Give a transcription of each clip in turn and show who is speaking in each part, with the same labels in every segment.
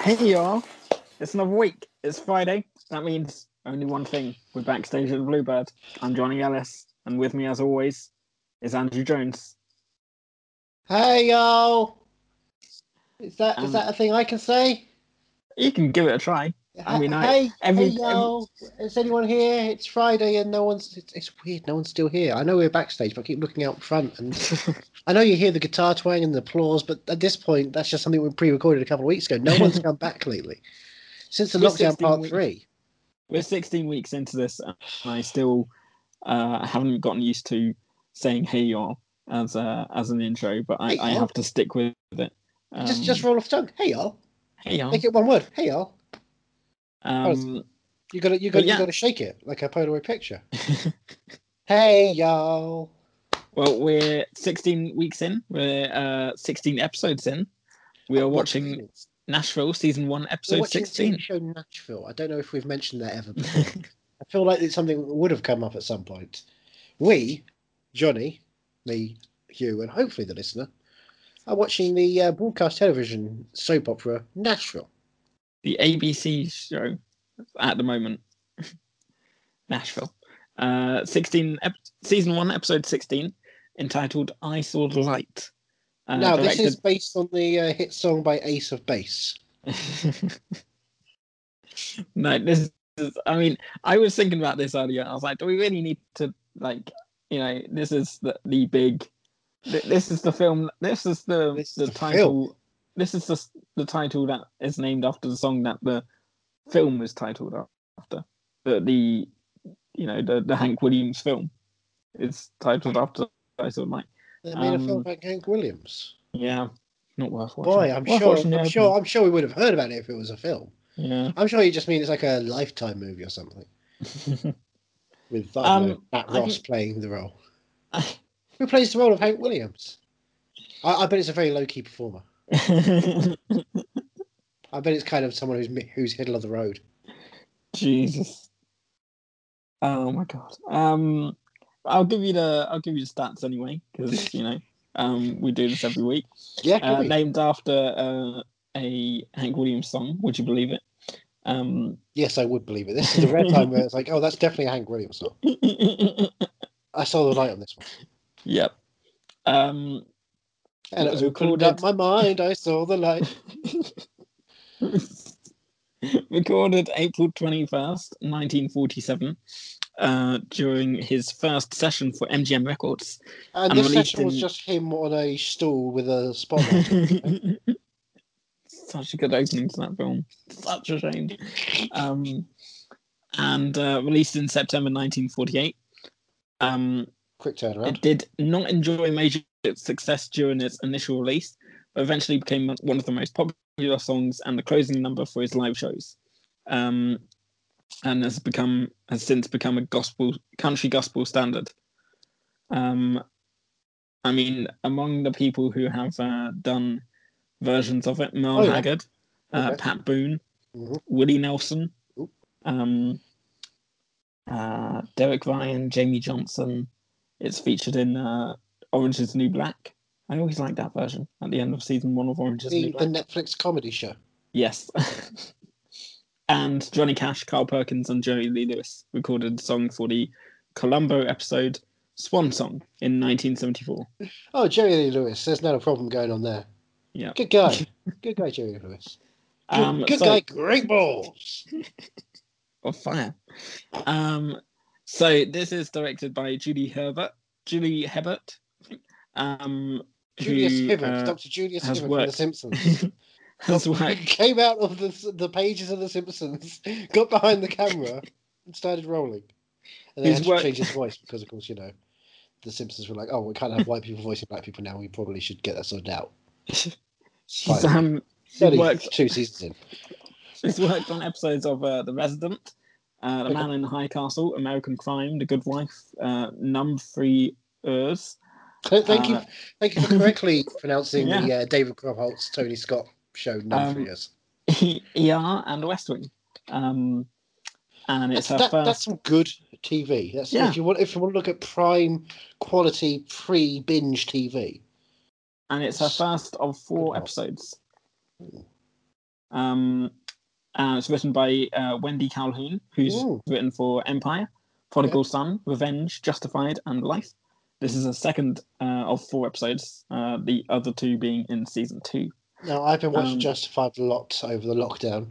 Speaker 1: Hey y'all, it's another week. It's Friday. That means only one thing. We're backstage at the Bluebird. I'm Johnny Ellis, and with me, as always, is Andrew Jones.
Speaker 2: Hey y'all! Is that is
Speaker 1: Um,
Speaker 2: that a thing I can say?
Speaker 1: You can give it a try. I mean, I-
Speaker 2: hey,
Speaker 1: every-
Speaker 2: hey y'all! Is anyone here? It's Friday and no one's. It's, it's weird. No one's still here. I know we're backstage, but I keep looking out front, and I know you hear the guitar twang and the applause, but at this point, that's just something we pre-recorded a couple of weeks ago. No one's come back lately since the
Speaker 1: We're
Speaker 2: lockdown
Speaker 1: 16
Speaker 2: part
Speaker 1: weeks.
Speaker 2: three.
Speaker 1: We're 16 weeks into this, and I still uh, haven't gotten used to saying "Hey y'all" as a, as an intro, but I,
Speaker 2: Hey,
Speaker 1: I
Speaker 2: y'all.
Speaker 1: have to stick with it.
Speaker 2: just
Speaker 1: Um,
Speaker 2: just roll off the tongue. Hey y'all!
Speaker 1: hey y'all.
Speaker 2: Make it one word. Hey y'all!
Speaker 1: Um,
Speaker 2: You got to you
Speaker 1: But
Speaker 2: got to
Speaker 1: yeah.
Speaker 2: you got to shake it like a Polaroid picture. hey y'all!
Speaker 1: well, we're 16 weeks in. We're uh, 16 episodes in. We are watching Nashville season one,
Speaker 2: We're
Speaker 1: episode
Speaker 2: watching the TV
Speaker 1: sixteen.
Speaker 2: show Nashville. I don't know if we've mentioned that ever. Before. I feel like it's something that would have come up at some point. We, Johnny, me, you, and hopefully the listener, are watching the uh, broadcast television soap opera Nashville.
Speaker 1: the ABC show at the moment, Nashville. Uh, sixteen ep- season one, episode sixteen, entitled "I Saw the Light." Uh,
Speaker 2: now, this is based on the uh, hit song by Ace of Base.
Speaker 1: directed- no, this is. I mean, I was thinking about this earlier. I was like, do we really need to like, you know, this is the, the big. th- This is the film. This is the
Speaker 2: This is
Speaker 1: the,
Speaker 2: the film.
Speaker 1: title. This is the the title that is named after the song that the film was titled after. The the you know the, the Hank Williams film is titled after I Saw Night.
Speaker 2: They made a film
Speaker 1: Um,
Speaker 2: about Hank Williams.
Speaker 1: Yeah, not worth watching.
Speaker 2: Boy, I'm
Speaker 1: Worth
Speaker 2: sure,
Speaker 1: watching the
Speaker 2: I'm
Speaker 1: opening.
Speaker 2: sure, I'm sure we would have heard about it if it was a film.
Speaker 1: Yeah.
Speaker 2: I'm sure you just mean it's like a lifetime movie or something with I don't
Speaker 1: Um,
Speaker 2: know, Matt
Speaker 1: I
Speaker 2: Ross
Speaker 1: think-
Speaker 2: playing the role. Who plays the role of Hank Williams? I, I bet it's a very low key performer. I bet it's kind of someone who's mi- who's middle of the road.
Speaker 1: Jesus. Oh my god. Um, I'll give you the I'll give you the stats anyway because you know um we do this every week.
Speaker 2: Yeah,
Speaker 1: Uh,
Speaker 2: could be.
Speaker 1: named after uh, a Hank Williams song. Would you believe it? Um,
Speaker 2: yes, I would believe it. This is the red time where it's like, oh, that's definitely a Hank Williams song. I saw the light on this one,
Speaker 1: yep. Um,
Speaker 2: and
Speaker 1: It
Speaker 2: it
Speaker 1: was
Speaker 2: was opened up my mind. I saw the light.
Speaker 1: recorded April 21st, 1947, uh, during his first session for MGM Records.
Speaker 2: And
Speaker 1: And
Speaker 2: this
Speaker 1: released
Speaker 2: session was
Speaker 1: in-
Speaker 2: just him on a stool with a spotlight.
Speaker 1: Such a good opening to that film. Such a shame. Um, and uh, released in September 1948. Um,
Speaker 2: Quick turnaround.
Speaker 1: It did not enjoy major success during its initial release, but eventually became one of the most popular songs and the closing number for his live shows. Um, and has become has since become a gospel country gospel standard. Um, I mean, among the people who have uh, done versions of it, Merle
Speaker 2: Oh, yeah.
Speaker 1: Haggard, uh,
Speaker 2: Okay.
Speaker 1: Pat Boone,
Speaker 2: Mhm.
Speaker 1: Willie Nelson,
Speaker 2: Oop.
Speaker 1: um, uh, Derek Ryan, Jamie Johnson. It's featured in uh, Orange is the New Black. I always like that version at the end of season one of Orange is the
Speaker 2: The,
Speaker 1: New
Speaker 2: the
Speaker 1: Black.
Speaker 2: Netflix comedy show.
Speaker 1: Yes. and Johnny Cash, Carl Perkins, and Jerry Lee Lewis recorded a song for the Columbo episode Swan Song in 1974.
Speaker 2: Oh, Jerry Lee Lewis. There's not a problem going on there.
Speaker 1: Yeah.
Speaker 2: Good guy. Good guy, Jerry Lee Lewis. Good,
Speaker 1: Um,
Speaker 2: good
Speaker 1: so-
Speaker 2: guy. Great balls.
Speaker 1: of fire. Um, so this is directed by Julie Herbert, Julie Hebert, um,
Speaker 2: Julius
Speaker 1: who,
Speaker 2: Hibbert,
Speaker 1: uh,
Speaker 2: Dr. Julius
Speaker 1: has
Speaker 2: Hibbert from The
Speaker 1: worked.
Speaker 2: Simpsons.
Speaker 1: has
Speaker 2: He
Speaker 1: worked.
Speaker 2: came out of the, the pages of The Simpsons, got behind the camera, and started rolling. And they
Speaker 1: His
Speaker 2: had to
Speaker 1: work-
Speaker 2: change his voice because, of course, you know, The Simpsons were like, oh, we can't have white people voicing black people now. We probably should get that sorted out.
Speaker 1: She's
Speaker 2: Fine.
Speaker 1: um,
Speaker 2: So
Speaker 1: He worked-
Speaker 2: two seasons in.
Speaker 1: she's worked on episodes of uh, The Resident, uh, The Man in the High Castle, American Crime, The Good Wife, uh, Numb Free Urs.
Speaker 2: So Thank you,
Speaker 1: Uh,
Speaker 2: thank you for correctly pronouncing the
Speaker 1: Yeah.
Speaker 2: uh, David Cromholtz, Tony Scott show number
Speaker 1: Um,
Speaker 2: three years.
Speaker 1: ER and West Wing. Um, and it's her
Speaker 2: That-
Speaker 1: first.
Speaker 2: That's some good TV. That's
Speaker 1: Yeah.
Speaker 2: if you want if you want to look at prime quality pre binge TV.
Speaker 1: and it's her first of four
Speaker 2: Good help.
Speaker 1: episodes. Um, and it's written by uh, Wendy Calhoun, who's
Speaker 2: Ooh.
Speaker 1: written for Empire, Prodigal Son, Revenge, Justified, and Life. This is a second uh, of four episodes, uh, the other two being in season two.
Speaker 2: No, I've been watching
Speaker 1: Um,
Speaker 2: Justified a lot over the lockdown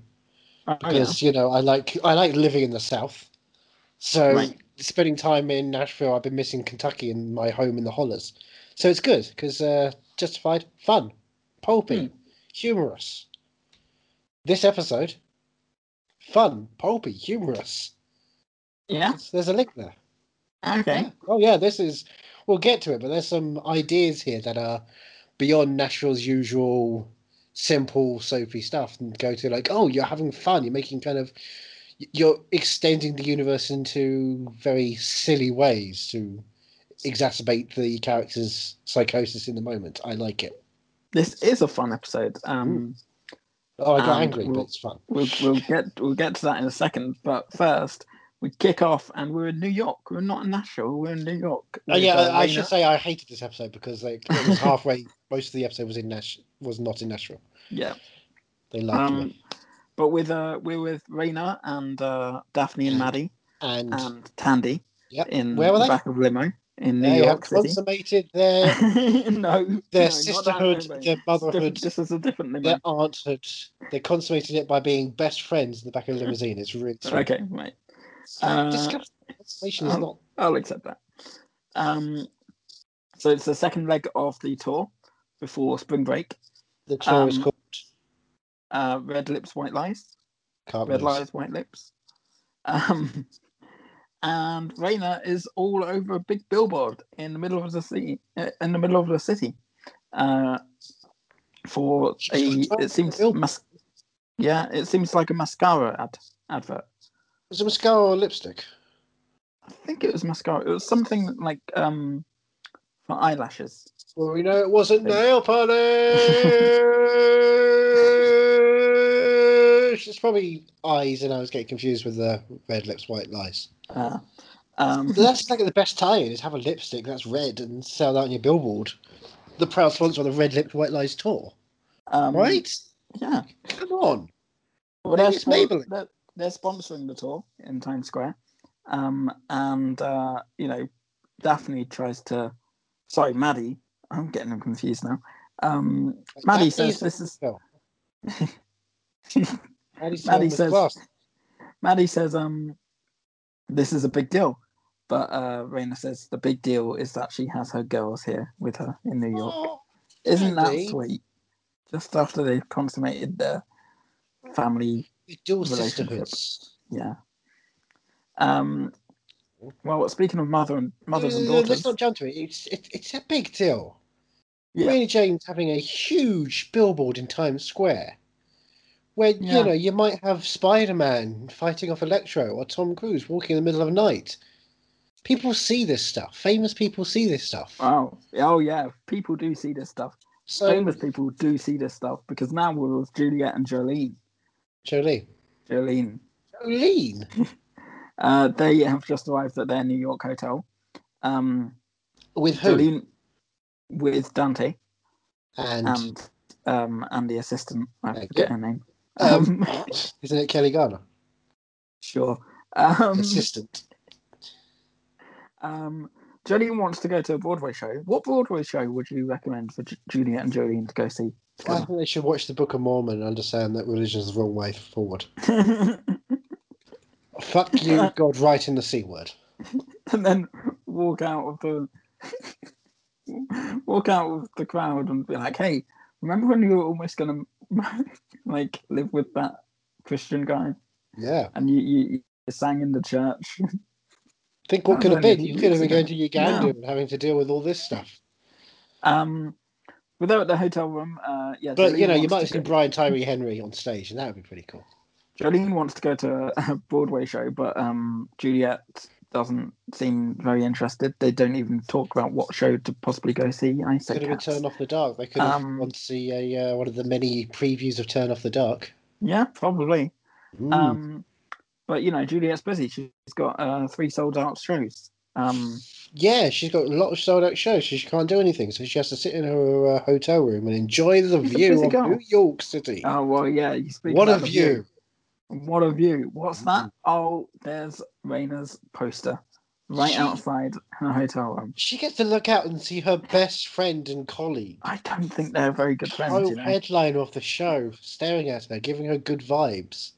Speaker 1: Oh, yeah.
Speaker 2: because you know I like I like living in the South, so
Speaker 1: Right.
Speaker 2: spending time in Nashville, I've been missing Kentucky and my home in the hollers. So it's good because uh, Justified, fun, pulpy,
Speaker 1: Hmm.
Speaker 2: humorous. This episode, fun, pulpy, humorous.
Speaker 1: yeah.
Speaker 2: There's a link there.
Speaker 1: Okay.
Speaker 2: Yeah. Oh yeah, this is. We'll get to it, but there's some ideas here that are beyond Nashville's usual simple soapy stuff, and go to like, oh, you're having fun. You're making kind of, you're extending the universe into very silly ways to exacerbate the character's psychosis in the moment. I like it.
Speaker 1: This is a fun episode. Um,
Speaker 2: Oh, I got
Speaker 1: Um,
Speaker 2: angry, but
Speaker 1: well-
Speaker 2: it's fun.
Speaker 1: we'll, we'll get we'll get to that in a second. But first, we kick off, and we're in New York. We're not in Nashville. We're in New York.
Speaker 2: Oh, yeah,
Speaker 1: with, uh,
Speaker 2: I, I
Speaker 1: Raina.
Speaker 2: should say I hated this episode because like it was halfway. most of the episode was in Nash, was not in Nashville.
Speaker 1: Yeah.
Speaker 2: They loved me.
Speaker 1: Um, but with uh, we're with Raina and uh, Daphne and
Speaker 2: And-
Speaker 1: Maddie
Speaker 2: and
Speaker 1: and Tandy
Speaker 2: Yep.
Speaker 1: in
Speaker 2: Where were
Speaker 1: the
Speaker 2: they?
Speaker 1: back of a limo in New
Speaker 2: they have
Speaker 1: York City.
Speaker 2: consummated their
Speaker 1: no,
Speaker 2: their
Speaker 1: no, not that
Speaker 2: sisterhood,
Speaker 1: limo.
Speaker 2: their
Speaker 1: It's different-
Speaker 2: motherhood,
Speaker 1: This is a different limo.
Speaker 2: their aunthood. They consummated it by being best friends in the back of a limousine. It's really sweet.
Speaker 1: Okay, right. Uh,
Speaker 2: Disgusting. Consummation is
Speaker 1: um,
Speaker 2: not.
Speaker 1: I'll accept that. Um, so it's the second leg of the tour before spring break.
Speaker 2: The tour is
Speaker 1: um,
Speaker 2: called
Speaker 1: Uh, red lips, white lies.
Speaker 2: Can't
Speaker 1: Red
Speaker 2: Lose.
Speaker 1: lies, white lips. Um, and Raina is all over a big billboard in the middle of the city. uh, In the middle of the city, uh, for
Speaker 2: She's
Speaker 1: a
Speaker 2: on top of
Speaker 1: it seems
Speaker 2: the bill-
Speaker 1: mas- yeah, it seems like a mascara ad advert.
Speaker 2: Was it mascara or lipstick?
Speaker 1: I think it was mascara. It was something like um for eyelashes.
Speaker 2: Well, we know it wasn't
Speaker 1: Thank-
Speaker 2: nail polish. it's probably eyes, and I was getting confused with the red lips, white lies.
Speaker 1: Uh, um,
Speaker 2: That's like the best tie-in is have a lipstick that's red and sell that on your billboard. The proud sponsor of the Red Lip White Lies tour,
Speaker 1: um,
Speaker 2: right?
Speaker 1: Yeah.
Speaker 2: Come on.
Speaker 1: Well,
Speaker 2: Maybe
Speaker 1: they're,
Speaker 2: it's
Speaker 1: spon-
Speaker 2: Maybelline.
Speaker 1: they're, they're sponsoring the tour in Times Square. Um, and, uh, you know, Daphne tries to. Sorry, Maddie. I'm getting them confused now. Um, Maddie says this is.
Speaker 2: Well,
Speaker 1: Maddie
Speaker 2: Maddie's Maddie
Speaker 1: says-
Speaker 2: says class.
Speaker 1: Maddie says um, this is a big deal. But uh, Raina says the big deal is that she has her girls here with her in New York.
Speaker 2: Oh,
Speaker 1: Isn't that
Speaker 2: Maddie.
Speaker 1: sweet? Just after they've consummated their family
Speaker 2: the dual
Speaker 1: Relationship.
Speaker 2: sisterhoods.
Speaker 1: Yeah. Um, well, speaking of mother and mothers and
Speaker 2: No, no, no,
Speaker 1: daughters,
Speaker 2: Let's not jump to it. It's it, it's a big deal.
Speaker 1: Yeah.
Speaker 2: Really, Jane's having a huge billboard in Times Square, where
Speaker 1: Yeah.
Speaker 2: you know you might have Spider-Man fighting off Electro or Tom Cruise walking in the middle of the night. People see this stuff. Famous people see this stuff.
Speaker 1: wow, oh yeah, people do see this stuff.
Speaker 2: so,
Speaker 1: Famous people do see this stuff because now we're with Juliet and Jolene.
Speaker 2: Jolene.
Speaker 1: Jolene,
Speaker 2: Jolene.
Speaker 1: uh, they have just arrived at their New York hotel. Um,
Speaker 2: With who?
Speaker 1: Jolene with Dante
Speaker 2: and
Speaker 1: and um, and the assistant. I
Speaker 2: Thank
Speaker 1: forget
Speaker 2: you.
Speaker 1: her name. Um,
Speaker 2: Um, isn't it Kelly Garner?
Speaker 1: sure. Um,
Speaker 2: Assistant.
Speaker 1: um, Jolene wants to go to a Broadway show. What Broadway show would you recommend for Ju- Juliet and Jolene to go see?
Speaker 2: I
Speaker 1: together?
Speaker 2: think they should watch the Book of Mormon and understand that religion is the wrong way forward. Fuck you, God, right in the C word.
Speaker 1: and then walk out of the walk out of the crowd and be like, "Hey, remember when you were almost gonna like live with that Christian guy
Speaker 2: Yeah.
Speaker 1: and you you, you sang in the church?"
Speaker 2: Think
Speaker 1: That
Speaker 2: what could
Speaker 1: was
Speaker 2: have
Speaker 1: only a
Speaker 2: been. You
Speaker 1: few
Speaker 2: could
Speaker 1: weeks
Speaker 2: have been
Speaker 1: ago.
Speaker 2: going to Uganda and having to deal with all this stuff.
Speaker 1: Um, but they're at the hotel room. Uh, yeah,
Speaker 2: But, you
Speaker 1: Jolene
Speaker 2: know, you
Speaker 1: wants
Speaker 2: might
Speaker 1: to
Speaker 2: have seen
Speaker 1: go-
Speaker 2: Brian Tyree Henry on stage, and that would be pretty cool.
Speaker 1: Jolene wants to go to a Broadway show, but um, Juliet doesn't seem very interested. They don't even talk about what show to possibly go see. I say
Speaker 2: Could have been
Speaker 1: cats.
Speaker 2: Turn Off the Dark. They could have
Speaker 1: Um,
Speaker 2: gone to see a, uh, one of the many previews of Turn Off the Dark.
Speaker 1: Yeah, probably.
Speaker 2: Mm.
Speaker 1: Hmm. Um, but you know, Juliet's busy. She's got uh, three sold out shows Um,
Speaker 2: Yeah, she's got a lot of sold out shows, so she can't do anything. So she has to sit in her uh, hotel room and enjoy the
Speaker 1: She's a
Speaker 2: view
Speaker 1: busy
Speaker 2: of
Speaker 1: girl.
Speaker 2: New York City.
Speaker 1: oh well, yeah. You speak
Speaker 2: what a
Speaker 1: about the
Speaker 2: view!
Speaker 1: What a view! What's that?
Speaker 2: Mm.
Speaker 1: Oh, there's Raina's poster right
Speaker 2: She-
Speaker 1: outside her hotel room.
Speaker 2: She gets to look out and see her best friend and colleague,
Speaker 1: I don't think they're very good friends, you know.
Speaker 2: co-headliner of the show, staring at her, giving her good vibes.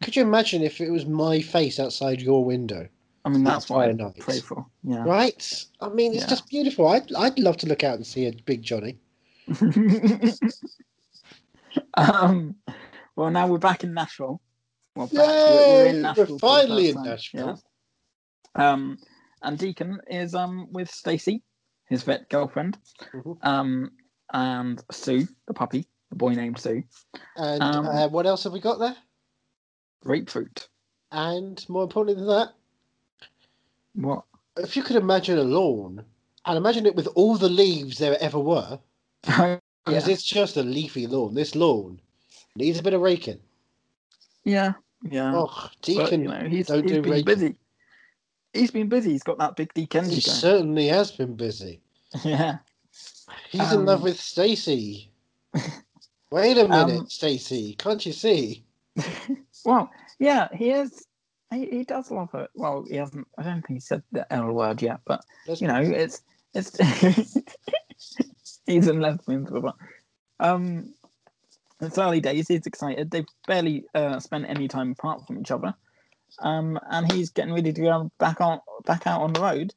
Speaker 2: Could you imagine if it was my face outside your window?
Speaker 1: I mean, that's
Speaker 2: That's
Speaker 1: why
Speaker 2: why
Speaker 1: I
Speaker 2: not.
Speaker 1: pray for. Yeah.
Speaker 2: Right? I mean, it's
Speaker 1: Yeah.
Speaker 2: just beautiful. I'd, I'd love to look out and see a big Johnny.
Speaker 1: um, well, now we're back in Nashville. Well, back, we're, we're
Speaker 2: Yay!
Speaker 1: in Nashville
Speaker 2: We're
Speaker 1: for the
Speaker 2: finally
Speaker 1: first
Speaker 2: in
Speaker 1: time.
Speaker 2: Nashville.
Speaker 1: Yeah. Um, and Deacon is um with Stacy, his vet girlfriend,
Speaker 2: Mhm.
Speaker 1: um, and Sue, the puppy, the boy named Sue,
Speaker 2: And
Speaker 1: Um,
Speaker 2: uh, what else have we got there?
Speaker 1: grapefruit.
Speaker 2: And more importantly than that,
Speaker 1: What?
Speaker 2: if you could imagine a lawn and imagine it with all the leaves there ever were,
Speaker 1: yeah.
Speaker 2: because it's just a leafy lawn. This lawn needs a bit of raking.
Speaker 1: yeah, yeah.
Speaker 2: Oh,
Speaker 1: Um, But,
Speaker 2: Deacon,
Speaker 1: you know, he's,
Speaker 2: don't
Speaker 1: he's
Speaker 2: do
Speaker 1: been
Speaker 2: raking.
Speaker 1: busy. He's been busy. He's got that big Deacon.
Speaker 2: he certainly has been busy.
Speaker 1: Yeah.
Speaker 2: He's in love
Speaker 1: Um,
Speaker 2: with Stacy. Wait a minute,
Speaker 1: Um,
Speaker 2: Stacy. Can't you see?
Speaker 1: Well, yeah, he is. He, he does love her. Well, he hasn't. I don't think he said the L word yet, but
Speaker 2: Let's-
Speaker 1: you know, it's it's. he's in love with her. Um, it's early days. He's excited. They've barely uh, spent any time apart from each other, um, and he's getting ready to go back on back out on the road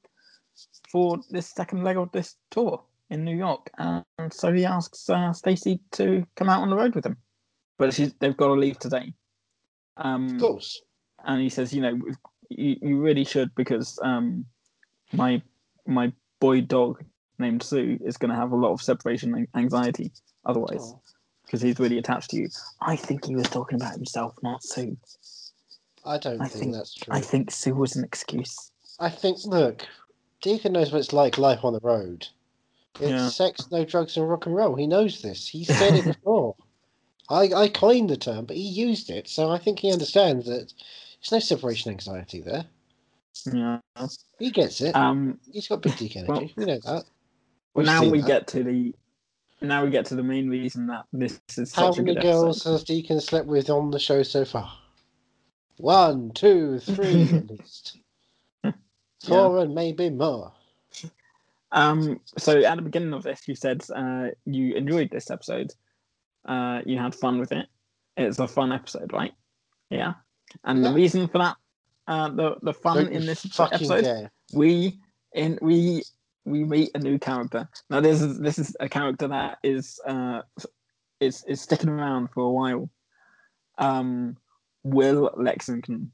Speaker 1: for this second leg of this tour in New York. And so he asks uh, Stacy to come out on the road with him, but she's, they've got to leave today. Um,
Speaker 2: Of course.
Speaker 1: and he says, you know, you, you really should because um, my my boy dog named Sue is going to have a lot of separation an- anxiety otherwise
Speaker 2: Oh,
Speaker 1: because he's really attached to you. I think he was talking about himself, not Sue.
Speaker 2: I don't
Speaker 1: I
Speaker 2: think,
Speaker 1: think-
Speaker 2: that's true.
Speaker 1: I think Sue was an excuse.
Speaker 2: I think, look, Deacon knows what it's like life on the road. It's
Speaker 1: Yeah.
Speaker 2: sex, no drugs, and rock and roll. He knows this. He said it before. I, I coined the term, but he used it, so I think he understands that there's no separation anxiety there.
Speaker 1: Yeah.
Speaker 2: He gets it.
Speaker 1: Um.
Speaker 2: He's got big dick
Speaker 1: well-
Speaker 2: energy. you know that. We've
Speaker 1: now
Speaker 2: seen
Speaker 1: we
Speaker 2: that.
Speaker 1: get to the now we get to the main reason that this is
Speaker 2: How
Speaker 1: such a
Speaker 2: many
Speaker 1: good
Speaker 2: girls
Speaker 1: episode.
Speaker 2: has Deacon slept with on the show so far? One, two, three at least. Four and maybe more.
Speaker 1: Um, so at the beginning of this, you said uh, you enjoyed this episode. Uh, you had fun with it. It's a fun episode, right? Yeah. And the
Speaker 2: Yeah.
Speaker 1: reason for that, uh, the the fun
Speaker 2: Don't you
Speaker 1: in this
Speaker 2: fucking
Speaker 1: episode,
Speaker 2: dare.
Speaker 1: we in we we meet a new character. Now this is this is a character that is uh, is is sticking around for a while. Um, Will Lexington.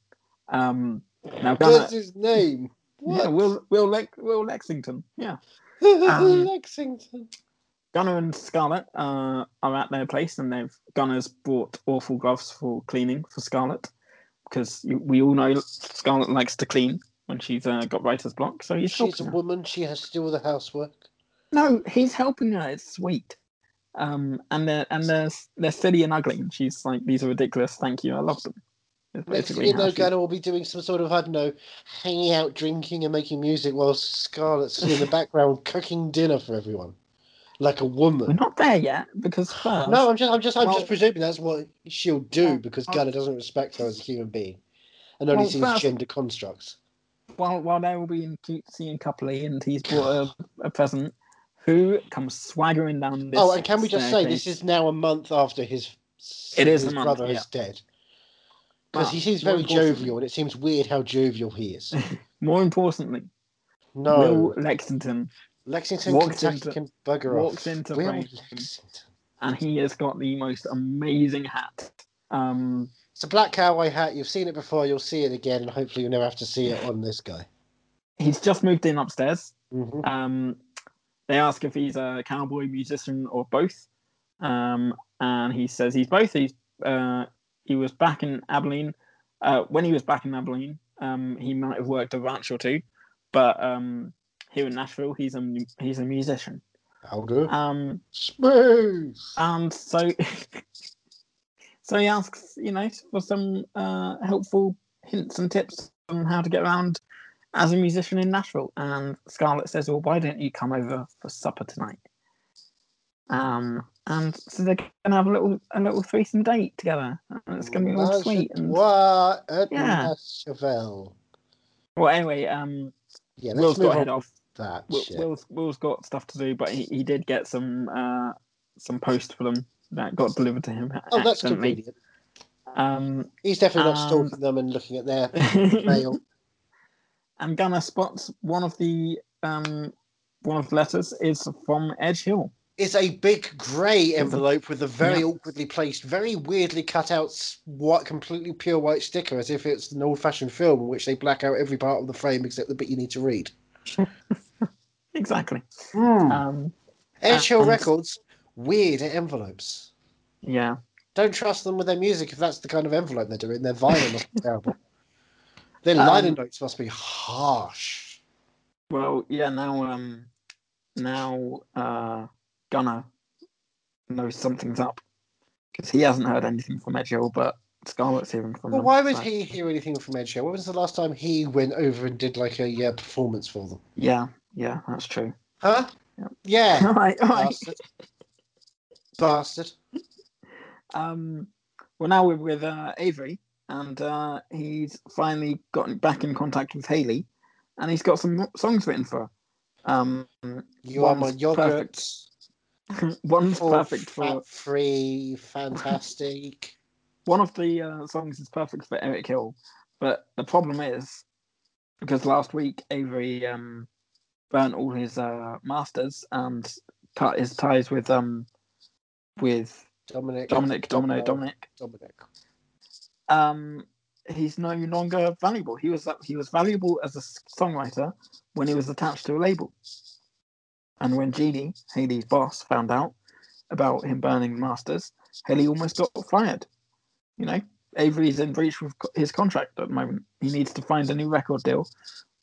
Speaker 1: Um, now Gunnar-
Speaker 2: That's his name. What?
Speaker 1: yeah, Will Will Lex Will Lexington. Yeah. um,
Speaker 2: Lexington.
Speaker 1: Gunnar and Scarlet uh, are at their place, and they've Gunner's bought awful gloves for cleaning for Scarlet because you- we all know Scarlet likes to clean when she's uh, got writer's block. So he's
Speaker 2: She's a
Speaker 1: helping her.
Speaker 2: woman. She has to do all the housework.
Speaker 1: No, he's helping her. It's sweet. Um, and they're and they're they're silly and ugly, and she's like, "These are ridiculous. Thank you. I love them." It's
Speaker 2: Next thing
Speaker 1: basically
Speaker 2: you
Speaker 1: how
Speaker 2: know,
Speaker 1: she-
Speaker 2: Gunnar will be doing some sort of, I don't know, hanging out, drinking, and making music while Scarlett's in the background cooking dinner for everyone. Like a
Speaker 1: We're
Speaker 2: woman.
Speaker 1: not there yet because first,
Speaker 2: No, I'm just, I'm just, I'm
Speaker 1: Well-
Speaker 2: just presuming that's what she'll do
Speaker 1: Well,
Speaker 2: because
Speaker 1: I-
Speaker 2: Gunnar doesn't respect her as a human being, and only
Speaker 1: Well,
Speaker 2: sees
Speaker 1: first-
Speaker 2: gender constructs.
Speaker 1: while while they will be in cutesy and coupley, and he's bought a, a present. Who comes swaggering down this?
Speaker 2: oh, and can we just say
Speaker 1: staircase.
Speaker 2: this is now a month after his
Speaker 1: It is
Speaker 2: his
Speaker 1: a month,
Speaker 2: brother
Speaker 1: yeah.
Speaker 2: is dead because
Speaker 1: But
Speaker 2: he seems
Speaker 1: more
Speaker 2: very
Speaker 1: importantly-
Speaker 2: jovial, and it seems weird how jovial he is.
Speaker 1: More importantly,
Speaker 2: No,
Speaker 1: Will Lexington,
Speaker 2: Lexington
Speaker 1: walks
Speaker 2: Kentucky
Speaker 1: into-
Speaker 2: can bugger
Speaker 1: walks
Speaker 2: off.
Speaker 1: into
Speaker 2: Will
Speaker 1: Frank.
Speaker 2: Lexington.
Speaker 1: and he has got the most amazing hat. Um,
Speaker 2: It's a black cowboy hat. You've seen it before. You'll see it again, and hopefully you'll never have to see it on this guy.
Speaker 1: he's just moved in upstairs.
Speaker 2: Mhm.
Speaker 1: Um, they ask if he's a cowboy musician or both, um, and he says he's both. He's uh, he was back in Abilene. Uh, when he was back in Abilene, um, he might have worked a ranch or two, but um, here in Nashville, he's a mu- he's a musician.
Speaker 2: I'll do.
Speaker 1: Um,
Speaker 2: Smooth.
Speaker 1: and Um, so so he asks, you know, for some uh, helpful hints and tips on how to get around as a musician in Nashville. And Scarlett says, Well, why don't you come over for supper tonight? Um, and so they're going to have a little a little threesome date together. And it's going to be all sweet. And,
Speaker 2: What?
Speaker 1: Yeah.
Speaker 2: Yeah. Chevelle.
Speaker 1: well, anyway, um,
Speaker 2: Yeah, let's
Speaker 1: Will's got to
Speaker 2: move on
Speaker 1: head
Speaker 2: from
Speaker 1: off.
Speaker 2: that
Speaker 1: Will,
Speaker 2: shit.
Speaker 1: Will's, Will's got stuff to do, but he, he did get some uh, some post for them that got delivered to him
Speaker 2: oh, that's
Speaker 1: accidentally.
Speaker 2: convenient.
Speaker 1: Um,
Speaker 2: He's definitely not
Speaker 1: Um,
Speaker 2: stalking them and looking at their mail.
Speaker 1: and Gunnar spots one of the um, one of the letters is from Edge Hill.
Speaker 2: It's a big grey envelope with a very awkwardly placed, very weirdly cut out s- white, completely pure white sticker, as if it's an old fashioned film in which they black out every part of the frame except the bit you need to read.
Speaker 1: Exactly. Um,
Speaker 2: Edge Hill
Speaker 1: and-
Speaker 2: Records, weird envelopes.
Speaker 1: yeah.
Speaker 2: Don't trust them with their music if that's the kind of envelope they're doing. Their vinyl must be terrible. Their
Speaker 1: Um,
Speaker 2: liner notes must be harsh.
Speaker 1: Well, yeah. Now, um, now uh, Gunnar knows something's up because he hasn't heard anything from Edge Hill, but Scarlett's hearing from
Speaker 2: Well,
Speaker 1: them,
Speaker 2: why would
Speaker 1: so-
Speaker 2: he hear anything from Edge Hill? When was the last time he went over and did like a yeah, performance for them?
Speaker 1: Yeah, yeah, that's true.
Speaker 2: Huh?
Speaker 1: Yep.
Speaker 2: Yeah.
Speaker 1: all right, all right.
Speaker 2: Bastard. Bastard.
Speaker 1: Um, well, now we're with uh, Avery, and uh, he's finally gotten back in contact with Haley, and he's got some songs written for her. Um,
Speaker 2: You are my
Speaker 1: One's
Speaker 2: yogurt.
Speaker 1: one's
Speaker 2: for
Speaker 1: perfect for
Speaker 2: fat free, fantastic.
Speaker 1: one of the uh, songs is perfect for Eric Hill, but the problem is because last week Avery um, burnt all his uh, masters and cut his ties with um with
Speaker 2: Dominic.
Speaker 1: Dominic, Domino,
Speaker 2: Domino,
Speaker 1: Dominic.
Speaker 2: Dominic.
Speaker 1: Um, he's no longer valuable. He was he was valuable as a s- songwriter when he was attached to a label, and when Jeannie Haley's boss found out about him burning the masters, Haley almost got fired. You know, Avery's in breach with co- his contract at the moment. He needs to find a new record deal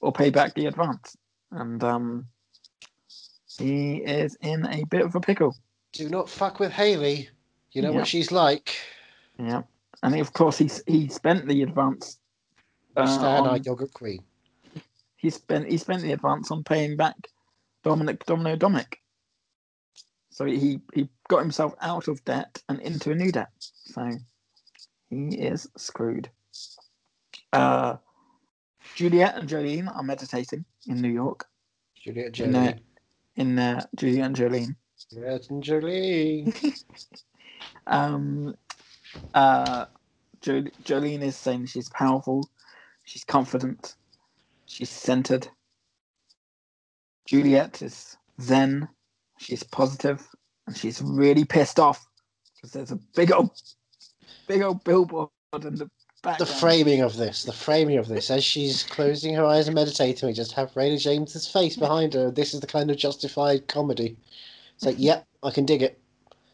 Speaker 1: or pay back the advance, and um, he is in a bit of a pickle.
Speaker 2: Do not fuck with Haley. You know
Speaker 1: Yeah.
Speaker 2: what she's like.
Speaker 1: Yeah, and of course he s- he spent the advance.
Speaker 2: We
Speaker 1: uh,
Speaker 2: stand our
Speaker 1: on-
Speaker 2: yogurt queen.
Speaker 1: he spent he spent the advance on paying back Dominic Domino Dominic. So he he got himself out of debt and into a new debt. So he is screwed. Uh, Juliet and Jolene are meditating in New York.
Speaker 2: Juliet
Speaker 1: In
Speaker 2: Jolie.
Speaker 1: their, in their Juliet and Jolene.
Speaker 2: Juliet and Jolie.
Speaker 1: Um, uh, jo- Jolene is saying she's powerful, she's confident, she's centered. Juliet is zen, she's positive, and she's really pissed off because there's a big old, big old billboard in the back.
Speaker 2: the framing of this, the framing of this, as she's closing her eyes and meditating, we just have Rayna James's face behind her. This is the kind of justified comedy. It's like, yep, I can dig it.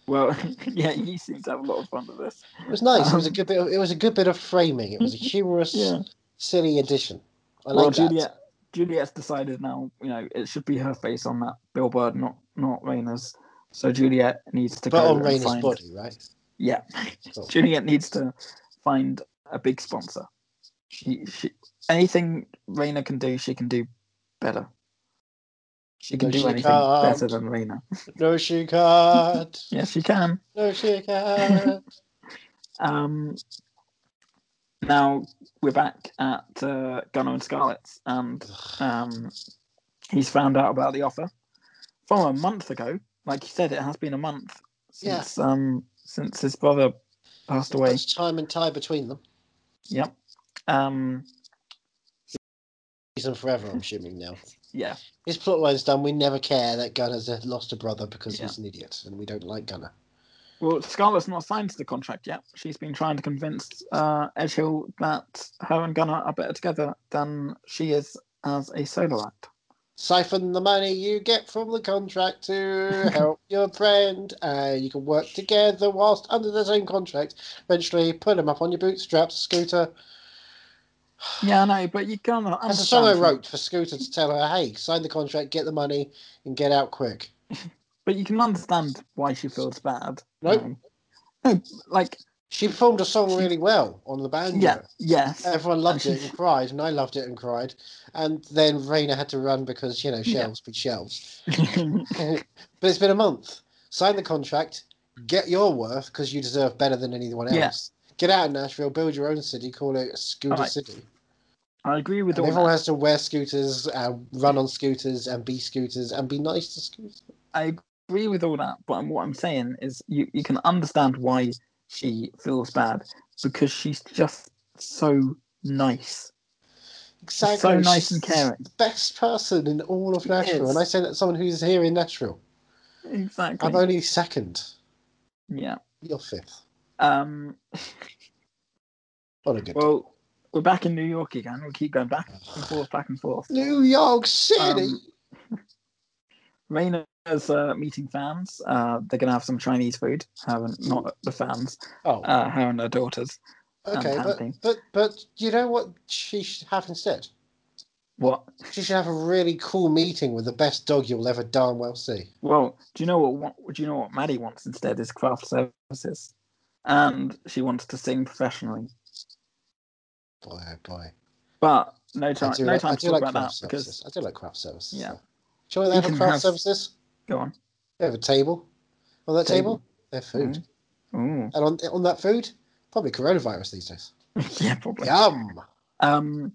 Speaker 1: Well, yeah, you seem to have a lot of fun with this.
Speaker 2: It was nice. it was a good bit. Of, it was a good bit of framing. It was a humorous,
Speaker 1: Um, Yeah.
Speaker 2: silly addition. I
Speaker 1: well,
Speaker 2: like that.
Speaker 1: Juliet, Juliet's decided now. You know, it should be her face on that billboard, not not Raina's. So Juliet needs to
Speaker 2: but
Speaker 1: go
Speaker 2: on
Speaker 1: and
Speaker 2: Rayna's
Speaker 1: find-
Speaker 2: body, right?
Speaker 1: Yeah,
Speaker 2: Cool.
Speaker 1: Juliet needs to find a big sponsor. She, she anything Raina can do, she can do better. She can
Speaker 2: No,
Speaker 1: do
Speaker 2: she
Speaker 1: anything
Speaker 2: can't.
Speaker 1: better than Raina.
Speaker 2: No, she can't.
Speaker 1: Yes, she can.
Speaker 2: No, she can't.
Speaker 1: Um, now we're back at uh, Gunnar and Scarlett's, and um, he's found out about the offer from a month ago. Like you said, it has been a month
Speaker 2: Yeah.
Speaker 1: since um, since his brother passed away.
Speaker 2: There's time and tie between them.
Speaker 1: Yep. Um,
Speaker 2: Reason forever, I'm assuming now.
Speaker 1: yeah.
Speaker 2: His plotline's done. We never care that Gunner's lost a brother because
Speaker 1: Yeah.
Speaker 2: he's an idiot, and we don't like Gunner.
Speaker 1: Well, Scarlett's not signed to the contract yet. She's been trying to convince uh, Edge Hill that her and Gunnar are better together than she is as a solo act.
Speaker 2: siphon the money you get from the contract to help your friend and you can work together whilst under the same contract eventually pull them up on your bootstraps scooter
Speaker 1: Yeah, I know, but you can't understand.
Speaker 2: as a song i wrote for scooter to tell her hey sign the contract get the money and get out quick
Speaker 1: But you can understand why she feels bad.
Speaker 2: Nope.
Speaker 1: you know. No, like
Speaker 2: She performed a song really well on the banjo.
Speaker 3: Yeah. Yes.
Speaker 2: Everyone loved it and cried, and I loved it and cried. And then Raina had to run because, you know,
Speaker 3: Yeah.
Speaker 2: shelves be shelves. but it's been a month. Sign the contract, get your worth because you deserve better than anyone
Speaker 3: Yeah.
Speaker 2: else. Get out of Nashville, build your own city, call it Scooter
Speaker 1: Alright.
Speaker 2: City.
Speaker 1: I agree with
Speaker 2: And
Speaker 1: all
Speaker 2: everyone
Speaker 1: that.
Speaker 2: has to wear scooters, uh, run on scooters, and be scooters, and be nice to scooters.
Speaker 1: I agree with all that, but what I'm saying is you, you can understand why she feels bad because she's just so nice.
Speaker 2: Exactly.
Speaker 1: So nice
Speaker 2: she's
Speaker 1: and caring.
Speaker 2: the Best person in all of Nashville.
Speaker 1: is.
Speaker 2: And I say that as someone who's here in Nashville.
Speaker 1: Exactly.
Speaker 2: I'm only second.
Speaker 1: Yeah.
Speaker 2: You're fifth.
Speaker 1: Um,
Speaker 2: What a good
Speaker 1: well, we're back in New York again. We'll keep going back and forth, back and forth.
Speaker 2: New York City.
Speaker 1: Um, Raina's uh, meeting fans. Uh, they're gonna have some Chinese food. Haven't not the fans.
Speaker 2: oh,
Speaker 1: Uh, her and her daughters.
Speaker 2: okay,
Speaker 1: um,
Speaker 2: but,
Speaker 1: Hampton.
Speaker 2: but but you know what she should have instead?
Speaker 1: What?
Speaker 2: She should have a really cool meeting with the best dog you'll ever darn well see.
Speaker 1: Well, do you know what, what? Do you know what Maddie wants instead? Is craft services, and she wants to sing professionally.
Speaker 2: Boy, oh boy.
Speaker 1: But no
Speaker 2: I
Speaker 1: time.
Speaker 2: do
Speaker 1: No
Speaker 2: like,
Speaker 1: time
Speaker 2: I
Speaker 1: to
Speaker 2: do
Speaker 1: talk
Speaker 2: like
Speaker 1: about
Speaker 2: craft
Speaker 1: that
Speaker 2: services. I do like craft services.
Speaker 1: Yeah.
Speaker 2: though. Do you know what
Speaker 1: You
Speaker 2: they have
Speaker 1: can
Speaker 2: at craft
Speaker 1: have-
Speaker 2: services?
Speaker 1: because go on.
Speaker 2: They have a table. On that table, they have food.
Speaker 1: Mm.
Speaker 2: And on on that food, probably coronavirus these days.
Speaker 1: Ooh. yeah, probably.
Speaker 2: Yum.
Speaker 1: Um,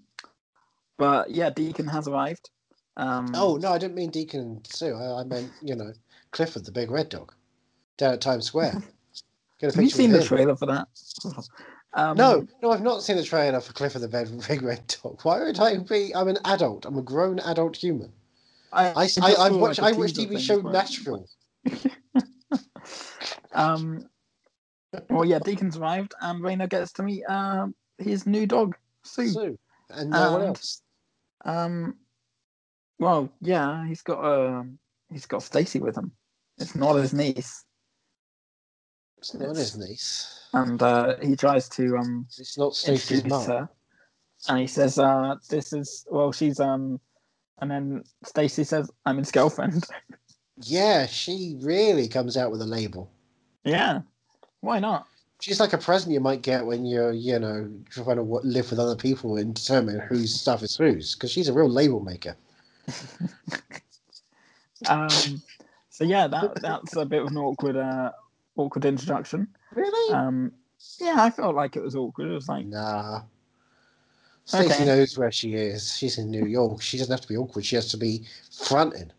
Speaker 1: but yeah, Deacon has arrived. Um,
Speaker 2: Oh no, I didn't mean Deacon and Sue. I, I meant you know Clifford, the big red dog, down at Times Square. Get
Speaker 1: have
Speaker 2: a
Speaker 1: you
Speaker 2: picture with
Speaker 1: seen the
Speaker 2: him.
Speaker 1: trailer for that? Um,
Speaker 2: No, no, I've not seen the trailer for Clifford the Bed Big Red Dog. Why would I be? I'm an adult. I'm a grown adult human.
Speaker 1: I
Speaker 2: I I, I,
Speaker 1: just saw,
Speaker 2: watch
Speaker 1: like,
Speaker 2: I
Speaker 1: a
Speaker 2: watch
Speaker 1: teaser
Speaker 2: TV
Speaker 1: thing
Speaker 2: show
Speaker 1: for it.
Speaker 2: Nashville.
Speaker 1: Um, well, yeah, Deacon's arrived, and Rainer gets to meet um his new dog, Sue.
Speaker 2: Sue and no one
Speaker 1: And-
Speaker 2: else.
Speaker 1: Um, well, yeah, he's got um, he's got Stacy with him. It's not his niece,
Speaker 2: It's not his niece.
Speaker 1: and uh, he tries to um
Speaker 2: It's not Stacey's
Speaker 1: introduce
Speaker 2: mum.
Speaker 1: her, and he says, uh, "This is well, she's um," and then Stacy says, "I'm his girlfriend."
Speaker 2: Yeah, she really comes out with a label.
Speaker 1: yeah, why not?
Speaker 2: She's like a present you might get when you're, you know, trying to w- live with other people and determine whose stuff is whose. Because she's a real label maker.
Speaker 1: Um, so yeah, that that's a bit of an awkward uh awkward introduction.
Speaker 2: Really?
Speaker 1: Um, yeah, I felt like it was awkward. It was like,
Speaker 2: Nah. Stacey
Speaker 1: Okay.
Speaker 2: knows where she is. She's in New York. She doesn't have to be awkward. She has to be fronting.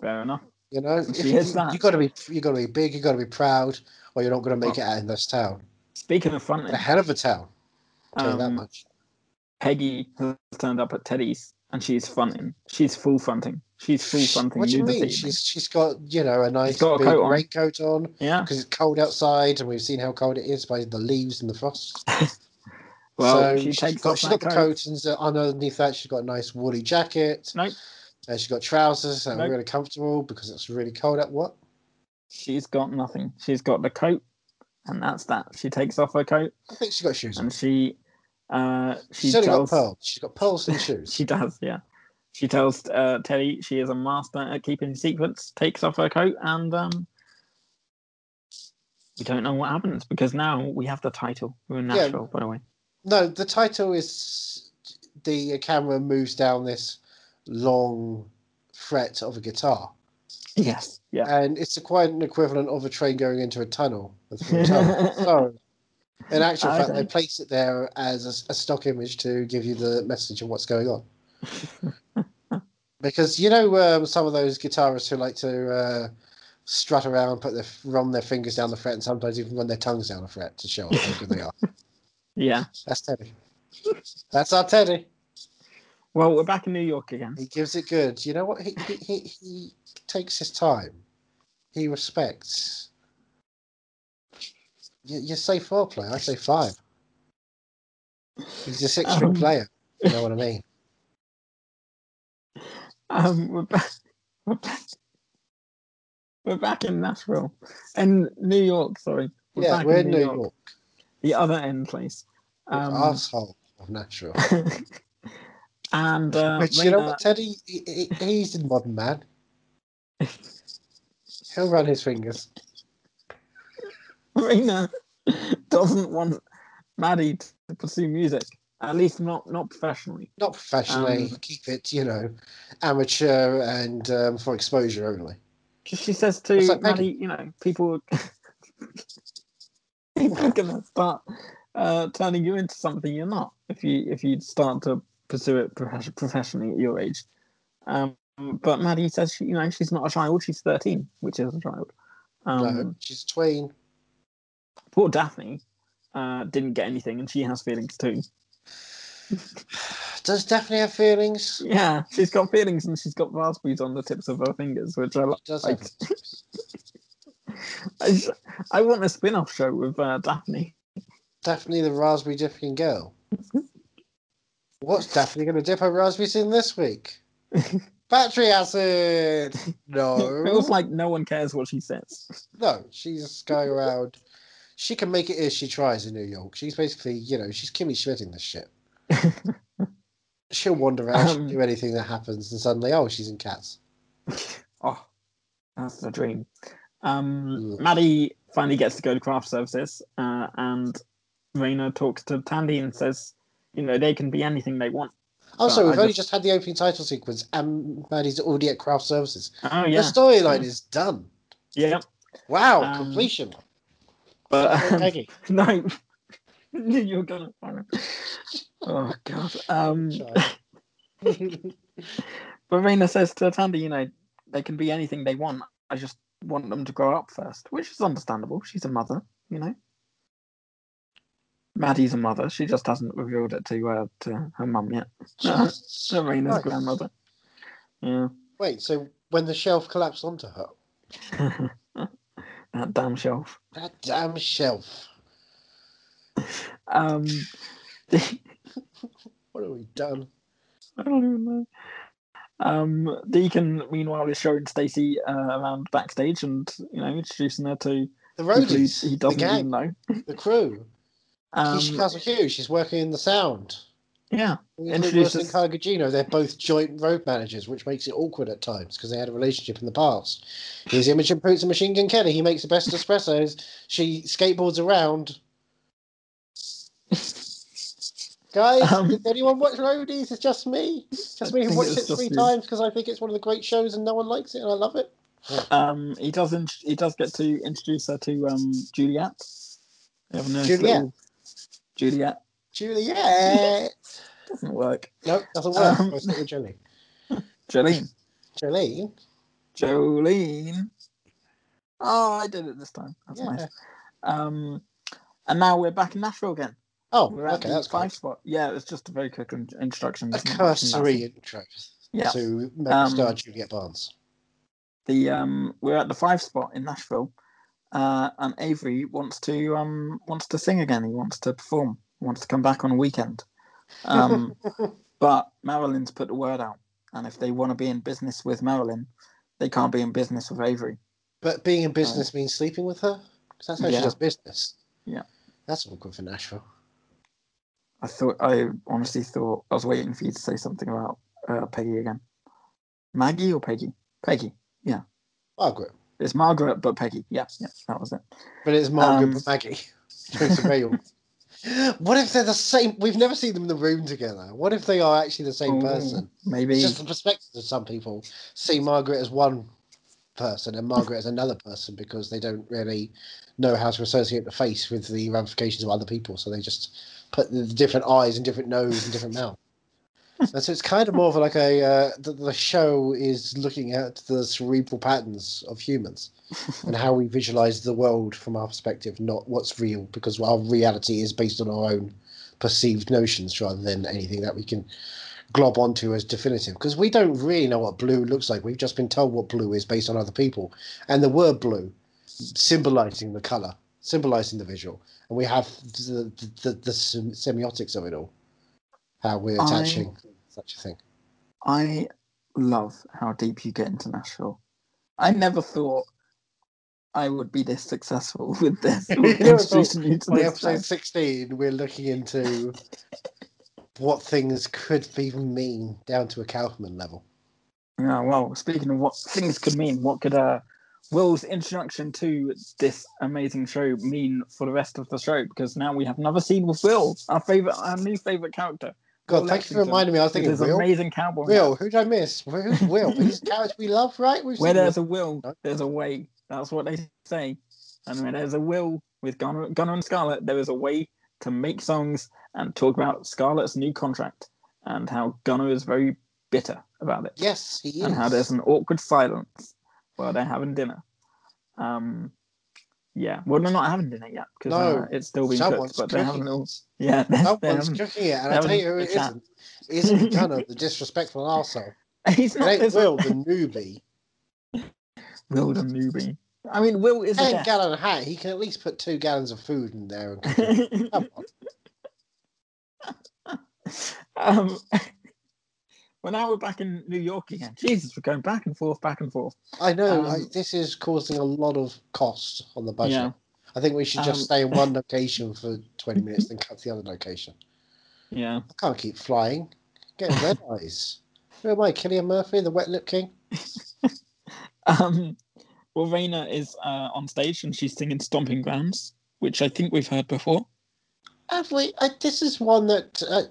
Speaker 1: fair enough.
Speaker 2: You know,
Speaker 1: She
Speaker 2: If
Speaker 1: is
Speaker 2: you,
Speaker 1: that.
Speaker 2: You got to be, you got to be big. You got to be proud, or you're not going to make it out in this town.
Speaker 1: Speaking of front,
Speaker 2: A hell of a town. I'll tell you that
Speaker 1: um,
Speaker 2: much.
Speaker 1: Peggy has turned up at Teddy's and she's fronting. She's full fronting. She's full fronting.
Speaker 2: What do you
Speaker 1: this
Speaker 2: mean?
Speaker 1: evening.
Speaker 2: She's she's got you know a nice
Speaker 1: got a
Speaker 2: big
Speaker 1: coat on.
Speaker 2: raincoat on
Speaker 1: yeah.
Speaker 2: because it's cold outside, and we've seen how cold it is by the leaves and the frost.
Speaker 1: Well,
Speaker 2: so
Speaker 1: she takes
Speaker 2: got,
Speaker 1: off
Speaker 2: she's
Speaker 1: that
Speaker 2: got the
Speaker 1: coat.
Speaker 2: coat, and so underneath that she's got a nice woolly jacket.
Speaker 1: Nope.
Speaker 2: And she's got trousers that
Speaker 1: Nope.
Speaker 2: are really comfortable because it's really cold out. What?
Speaker 1: She's got nothing. She's got the coat, and that's that. She takes off her coat
Speaker 2: I think she's got shoes on.
Speaker 1: and she uh, she
Speaker 2: She's only got
Speaker 1: tells
Speaker 2: pearls. She's got pearls and shoes.
Speaker 1: she does yeah. She tells uh, Teddy she is a master at keeping secrets. Takes off her coat and um, we don't know what happens because now we have the title. We're in
Speaker 2: Yeah.
Speaker 1: Nashville, by the way.
Speaker 2: No, the title is the camera moves down this long fret of a guitar,
Speaker 1: Yes. Yeah.
Speaker 2: and it's a, quite an equivalent of a train going into a tunnel. a through a tunnel. so, in actual fact,
Speaker 1: Okay.
Speaker 2: they place it there as a s- a, stock image to give you the message of what's going on. because you know um, some of those guitarists who like to uh, strut around, put their f- run their fingers down the fret, and sometimes even run their tongues down the fret to show off how good they are.
Speaker 1: yeah.
Speaker 2: That's Teddy. That's our Teddy.
Speaker 1: Well, we're back in New York again.
Speaker 2: He gives it good. You know what? He he, he, he takes his time. He respects. You, you say four player, I say five. He's a six string
Speaker 1: Um.
Speaker 2: player. You know what I mean?
Speaker 1: Um, we're back. We're back. We're back in Nashville, in New York. Sorry, we're
Speaker 2: yeah,
Speaker 1: back
Speaker 2: we're in New York,
Speaker 1: the other end place. Um,
Speaker 2: asshole of natural.
Speaker 1: and uh,
Speaker 2: Which you know
Speaker 1: Raina-
Speaker 2: what, Teddy? He, he- he's a modern man. He'll run his fingers.
Speaker 1: Raina doesn't want Maddie to pursue music, at least not not professionally.
Speaker 2: Not professionally.
Speaker 1: Um,
Speaker 2: keep it, you know, amateur and um, for exposure only.
Speaker 1: 'Cause she says
Speaker 2: It's
Speaker 1: to
Speaker 2: like
Speaker 1: Maddie, you know, people, people are gonna start uh, turning you into something you're not if you if you start to pursue it profes- professionally at your age. Um, but Maddie says she, you know, she's not a child; she's thirteen, which is a child. Um,
Speaker 2: no, she's a tween.
Speaker 1: Poor Daphne uh, didn't get anything, and she has feelings too.
Speaker 2: Does Daphne have feelings?
Speaker 1: Yeah, she's got feelings, and she's got raspberries on the tips of her fingers, which I like.
Speaker 2: She does
Speaker 1: Like-
Speaker 2: have.
Speaker 1: I, just- I want a spin-off show with uh, Daphne.
Speaker 2: Daphne the raspberry dipping girl.
Speaker 1: Mm-hmm.
Speaker 2: What's Daphne going to dip her raspberries in this week? Battery acid.
Speaker 1: It feels
Speaker 2: No,
Speaker 1: like no one cares what she says.
Speaker 2: no. She's going around. She can make it if she tries in New York. She's basically, you know, she's Kimmy Schmidt in this shit. She'll wander around, she'll
Speaker 1: Um,
Speaker 2: do anything that happens, and suddenly, oh, she's in cats.
Speaker 1: Oh, that's the dream. Um,
Speaker 2: Mm.
Speaker 1: Maddie finally gets to go to craft services, uh, and Raina talks to Tandy and says, "You know, they can be anything they want."
Speaker 2: Also,
Speaker 1: Uh,
Speaker 2: we've
Speaker 1: I
Speaker 2: only just had the opening title sequence, and Maddie's already at Craft Services.
Speaker 1: Oh yeah,
Speaker 2: The storyline
Speaker 1: Mm.
Speaker 2: is done.
Speaker 1: yeah.
Speaker 2: Wow,
Speaker 1: Um,
Speaker 2: completion.
Speaker 1: But um,
Speaker 2: Peggy.
Speaker 1: no, knew you were gonna. find it. Oh god. Um, but Raina says to Tandy, "You know, they can be anything they want. I just want them to grow up first, which is understandable. She's a mother, you know. Maddie's a mother. She just hasn't revealed it to uh, to her mum yet."
Speaker 2: Jesus
Speaker 1: Serena's
Speaker 2: Christ.
Speaker 1: grandmother. Yeah.
Speaker 2: Wait, so when the shelf collapsed onto her,
Speaker 1: that damn shelf.
Speaker 2: that damn shelf.
Speaker 1: Um, the,
Speaker 2: What have we done?
Speaker 1: I don't even know. Um, Deacon, meanwhile, is showing Stacy uh, around backstage and you know introducing her to
Speaker 2: The
Speaker 1: people he,
Speaker 2: roadies,
Speaker 1: he
Speaker 2: the
Speaker 1: doesn't even
Speaker 2: gang,
Speaker 1: know.
Speaker 2: the crew. Keisha
Speaker 1: Um,
Speaker 2: Castle Hughes, she's working in the sound.
Speaker 1: yeah,
Speaker 2: Luke
Speaker 1: Introduce
Speaker 2: Wilson and
Speaker 1: us-
Speaker 2: Kyle Gugino, they're both joint road managers, which makes it awkward at times because they had a relationship in the past. He's Image and Poots and Machine Gun Kelly. He makes the best espressos. She skateboards around. Guys,
Speaker 1: Um,
Speaker 2: did anyone watch Roadies? It's just me. Just me
Speaker 1: I
Speaker 2: who
Speaker 1: think
Speaker 2: watched
Speaker 1: it's
Speaker 2: it
Speaker 1: just
Speaker 2: three
Speaker 1: you.
Speaker 2: times because I think it's one of the great shows and no one likes it and I love it.
Speaker 1: um, he does. In, he does get to introduce her to um, Juliet. They have a nice
Speaker 2: Juliet.
Speaker 1: little- Juliet
Speaker 2: Juliet.
Speaker 1: doesn't work.
Speaker 2: nope, doesn't work.
Speaker 1: Um,
Speaker 2: I stick with Jolene.
Speaker 1: Jolene.
Speaker 2: Jolene.
Speaker 1: Jolene. Oh, I did it this time. That's
Speaker 2: Yeah.
Speaker 1: nice. Um, and now we're back in Nashville again.
Speaker 2: Oh,
Speaker 1: We're at
Speaker 2: okay,
Speaker 1: the
Speaker 2: that's
Speaker 1: five
Speaker 2: fine.
Speaker 1: spot. Yeah, it's just a very quick in- introduction.
Speaker 2: A
Speaker 1: There's not much in that.
Speaker 2: cursory intro
Speaker 1: Yeah,
Speaker 2: to
Speaker 1: Um,
Speaker 2: Megan Star Juliet Barnes.
Speaker 1: the um, we're at the five spot in Nashville, uh, and Avery wants to um wants to sing again. He wants to perform. He wants to come back on a weekend. Um, but Marilyn's put the word out, and if they want to be in business with Marilyn, they can't be in business with Avery.
Speaker 2: But being in business means sleeping with her? Because that's how
Speaker 1: Yeah.
Speaker 2: she does business.
Speaker 1: Yeah.
Speaker 2: That's awkward for Nashville.
Speaker 1: I thought I honestly thought I was waiting for you to say something about uh, Peggy again. Maggie or Peggy? Peggy.
Speaker 2: Margaret.
Speaker 1: It's Margaret, but Peggy. Yeah, yeah, that was it.
Speaker 2: But it's Margaret
Speaker 1: Um,
Speaker 2: but Maggie. Prince of Wales. What if they're the same? We've never seen them in the room together. What if they are actually the same
Speaker 1: Ooh,
Speaker 2: person?
Speaker 1: Maybe.
Speaker 2: It's just the perspective of some people see Margaret as one person and Margaret as another person because they don't really know how to associate the face with the ramifications of other people. So they just put the different eyes and different nose and different mouth. And so it's kind of more of like a uh, the, the show is looking at the cerebral patterns of humans and how we visualize the world from our perspective, not what's real, because our reality is based on our own perceived notions rather than anything that we can glob onto as definitive. Because we don't really know what blue looks like. We've just been told what blue is based on other people, and the word blue symbolizing the color, symbolizing the visual, and we have the the, the, the sem- semiotics of it all, how we're
Speaker 1: I-
Speaker 2: attaching such a thing.
Speaker 1: I love how deep you get into Nashville. I never thought I would be this successful with this.
Speaker 2: You
Speaker 1: with
Speaker 2: never thought
Speaker 1: introducing you to
Speaker 2: By
Speaker 1: this
Speaker 2: episode
Speaker 1: place.
Speaker 2: 16, we're looking into what things could even mean down to a Kaufman level.
Speaker 1: Yeah, well, speaking of what things could mean, what could uh, Will's introduction to this amazing show mean for the rest of the show? Because now we have another scene with Will, our favorite, our new favorite character.
Speaker 2: God,
Speaker 1: Will
Speaker 2: thanks for
Speaker 1: Lexington,
Speaker 2: reminding me. I was
Speaker 1: with
Speaker 2: thinking
Speaker 1: his
Speaker 2: Will.
Speaker 1: amazing cowboy. hat.
Speaker 2: Will, who did I miss? Who's Will? He's the character we love, right? We've
Speaker 1: Where
Speaker 2: seen
Speaker 1: there's
Speaker 2: Will.
Speaker 1: a will,
Speaker 2: No.
Speaker 1: there's a way. That's what they say. And where there's a will with Gunner, Gunner and Scarlet, there is a way to make songs and talk about Scarlet's new contract and how Gunner is very bitter about it
Speaker 2: Yes, he is.
Speaker 1: and how there's an awkward silence while they're having dinner. Um, yeah, well, they're not having dinner yet because
Speaker 2: No,
Speaker 1: uh, it's still being
Speaker 2: Someone's
Speaker 1: cooked, but they're having
Speaker 2: cooking
Speaker 1: a little.
Speaker 2: it.
Speaker 1: Yeah, they're, they're
Speaker 2: Someone's
Speaker 1: having,
Speaker 2: cooking it, and
Speaker 1: that
Speaker 2: I'll tell
Speaker 1: was
Speaker 2: you who
Speaker 1: the
Speaker 2: it
Speaker 1: chat.
Speaker 2: isn't. It isn't Gunner, the disrespectful arsehole.
Speaker 1: he's
Speaker 2: It
Speaker 1: not
Speaker 2: ain't
Speaker 1: this
Speaker 2: Will, the newbie.
Speaker 1: Will the newbie. I mean, Will is a
Speaker 2: Ten
Speaker 1: death.
Speaker 2: gallon hat, he can at least put two gallons of food in there and cook it. Come on.
Speaker 1: um, well, now we're back in New York again. Jesus, we're going back and forth, back and forth.
Speaker 2: I know I,
Speaker 1: Um,
Speaker 2: this is causing a lot of cost on the budget.
Speaker 1: Yeah.
Speaker 2: I think we should just
Speaker 1: Um,
Speaker 2: stay in one location for 20 minutes, then cut to the other location.
Speaker 1: Yeah.
Speaker 2: I can't keep flying. Get red eyes. Who am I, Killian Murphy, the wet lip king?
Speaker 1: Um, well, Raina is uh, on stage and she's singing Stomping Grounds, which I think we've heard before.
Speaker 2: Have we? I, this is one that, uh,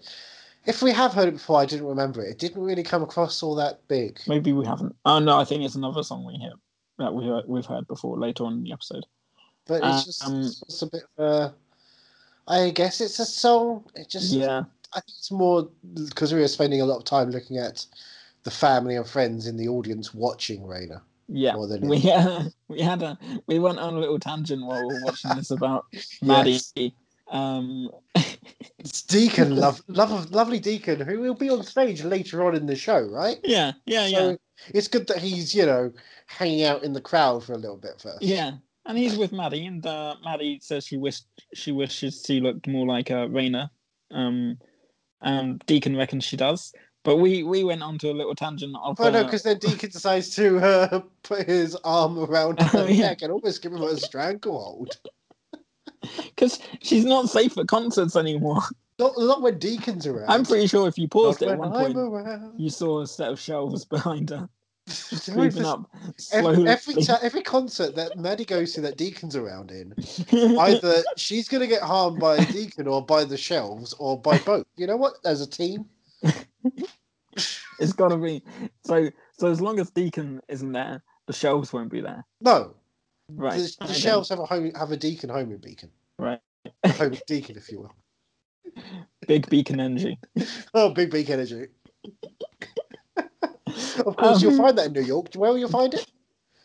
Speaker 2: if we have heard it before, I didn't remember it. It didn't really come across all that big.
Speaker 1: Maybe we haven't. Oh, no, I think it's another song we hear that we, we've heard before later on in the episode.
Speaker 2: But it's just
Speaker 1: Um,
Speaker 2: it's just a bit of a. I guess it's a song. It just.
Speaker 1: Yeah.
Speaker 2: I think it's more because we were spending a lot of time looking at the family and friends in the audience watching Raina.
Speaker 1: Yeah.
Speaker 2: More than
Speaker 1: We, uh, we had a we went on a little tangent while we were watching this about Maddie. Um,
Speaker 2: It's Deacon, love, love of lovely Deacon, who will be on stage later on in the show, right?
Speaker 1: yeah, yeah, yeah.
Speaker 2: So it's good that he's, you know, hanging out in the crowd for a little bit first.
Speaker 1: Yeah, and he's with Maddie, and uh, Maddie says she wished she wishes she looked more like uh, Raina. Um, and Deacon reckons she does, but we we went on to a little tangent of.
Speaker 2: Well, no,
Speaker 1: uh,
Speaker 2: because then Deacon decides to uh, put his arm around her
Speaker 1: Oh, yeah.
Speaker 2: neck and almost give him a stranglehold.
Speaker 1: 'cause she's not safe at concerts anymore.
Speaker 2: Not, not when Deacon's around.
Speaker 1: I'm pretty sure if you
Speaker 2: Not
Speaker 1: paused it at
Speaker 2: when
Speaker 1: one
Speaker 2: I'm
Speaker 1: point,
Speaker 2: around.
Speaker 1: you saw a set of shelves behind her
Speaker 2: Every,
Speaker 1: creeping up slowly.
Speaker 2: every, ti- every concert that Maddie goes to that Deacon's around in, either she's going to get harmed by Deacon or by the shelves or by both. You know what? As a team,
Speaker 1: it's gotta be so. So as long as Deacon isn't there, the shelves won't be there.
Speaker 2: no.
Speaker 1: Right.
Speaker 2: The, the
Speaker 1: Okay.
Speaker 2: shelves have a home, have a Deacon homing beacon,
Speaker 1: Right.
Speaker 2: a homing Deacon, if you will.
Speaker 1: Big Beacon Energy.
Speaker 2: Oh, big big energy. of course, you'll
Speaker 1: Um,
Speaker 2: find that in New York. Where will you find it?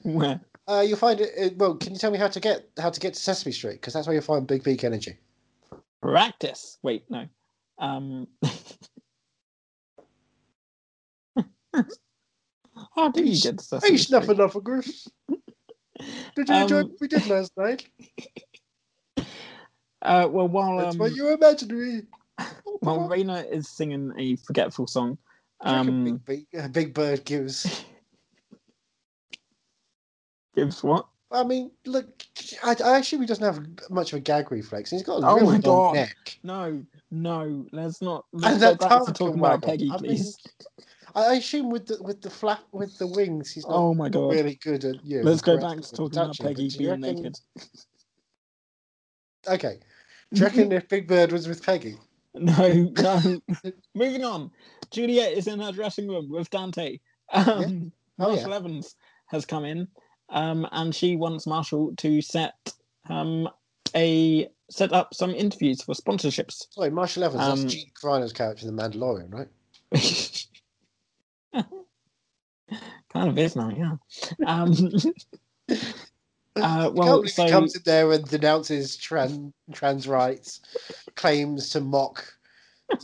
Speaker 1: Where?
Speaker 2: Uh, you'll find it. uh, Well, can you tell me how to get how to get to Sesame Street? Because that's where you'll find Big Beak Energy.
Speaker 1: practice. Wait, no. Um, how do Oh, you get to
Speaker 2: Hey,
Speaker 1: Sesame Street?
Speaker 2: snuffing off a goof. Did you enjoy
Speaker 1: Um,
Speaker 2: what we did last night?
Speaker 1: Uh, well, while
Speaker 2: That's
Speaker 1: um,
Speaker 2: what you imaginary. Oh,
Speaker 1: while
Speaker 2: come on.
Speaker 1: Raina is singing a forgetful song,
Speaker 2: Check a
Speaker 1: um,
Speaker 2: big, Beak- uh, big Bird gives.
Speaker 1: gives what?
Speaker 2: I mean, look, I, I assume he doesn't have much of a gag reflex. He's got a
Speaker 1: Oh
Speaker 2: real
Speaker 1: my
Speaker 2: long
Speaker 1: God.
Speaker 2: neck.
Speaker 1: No, no. Let's not. Let's
Speaker 2: that
Speaker 1: go back to
Speaker 2: tongue,
Speaker 1: talking
Speaker 2: oh my
Speaker 1: about
Speaker 2: God.
Speaker 1: Peggy,
Speaker 2: I mean,
Speaker 1: please.
Speaker 2: I I assume with the with the flap with the wings, he's not
Speaker 1: oh my god.
Speaker 2: really good at you. know,
Speaker 1: Let's go
Speaker 2: grasping
Speaker 1: back to
Speaker 2: and
Speaker 1: talking about
Speaker 2: touching, but
Speaker 1: Peggy
Speaker 2: do you
Speaker 1: being
Speaker 2: reckon-
Speaker 1: naked.
Speaker 2: Okay. Do you reckon if Big Bird was with Peggy?
Speaker 1: No, no. Moving on. Juliet is in her dressing room with Dante. Um,
Speaker 2: Yeah. Oh,
Speaker 1: Marshall Evans has come in, um, and she wants Marshall to set um, a set up some interviews for sponsorships.
Speaker 2: Sorry, Marshall Evans.
Speaker 1: Um,
Speaker 2: that's Gene Carano's character in The Mandalorian, right?
Speaker 1: kind of is now, yeah. Um, uh,
Speaker 2: Can't
Speaker 1: well,
Speaker 2: believe
Speaker 1: so
Speaker 2: he comes in there and denounces trans trans rights, claims to mock,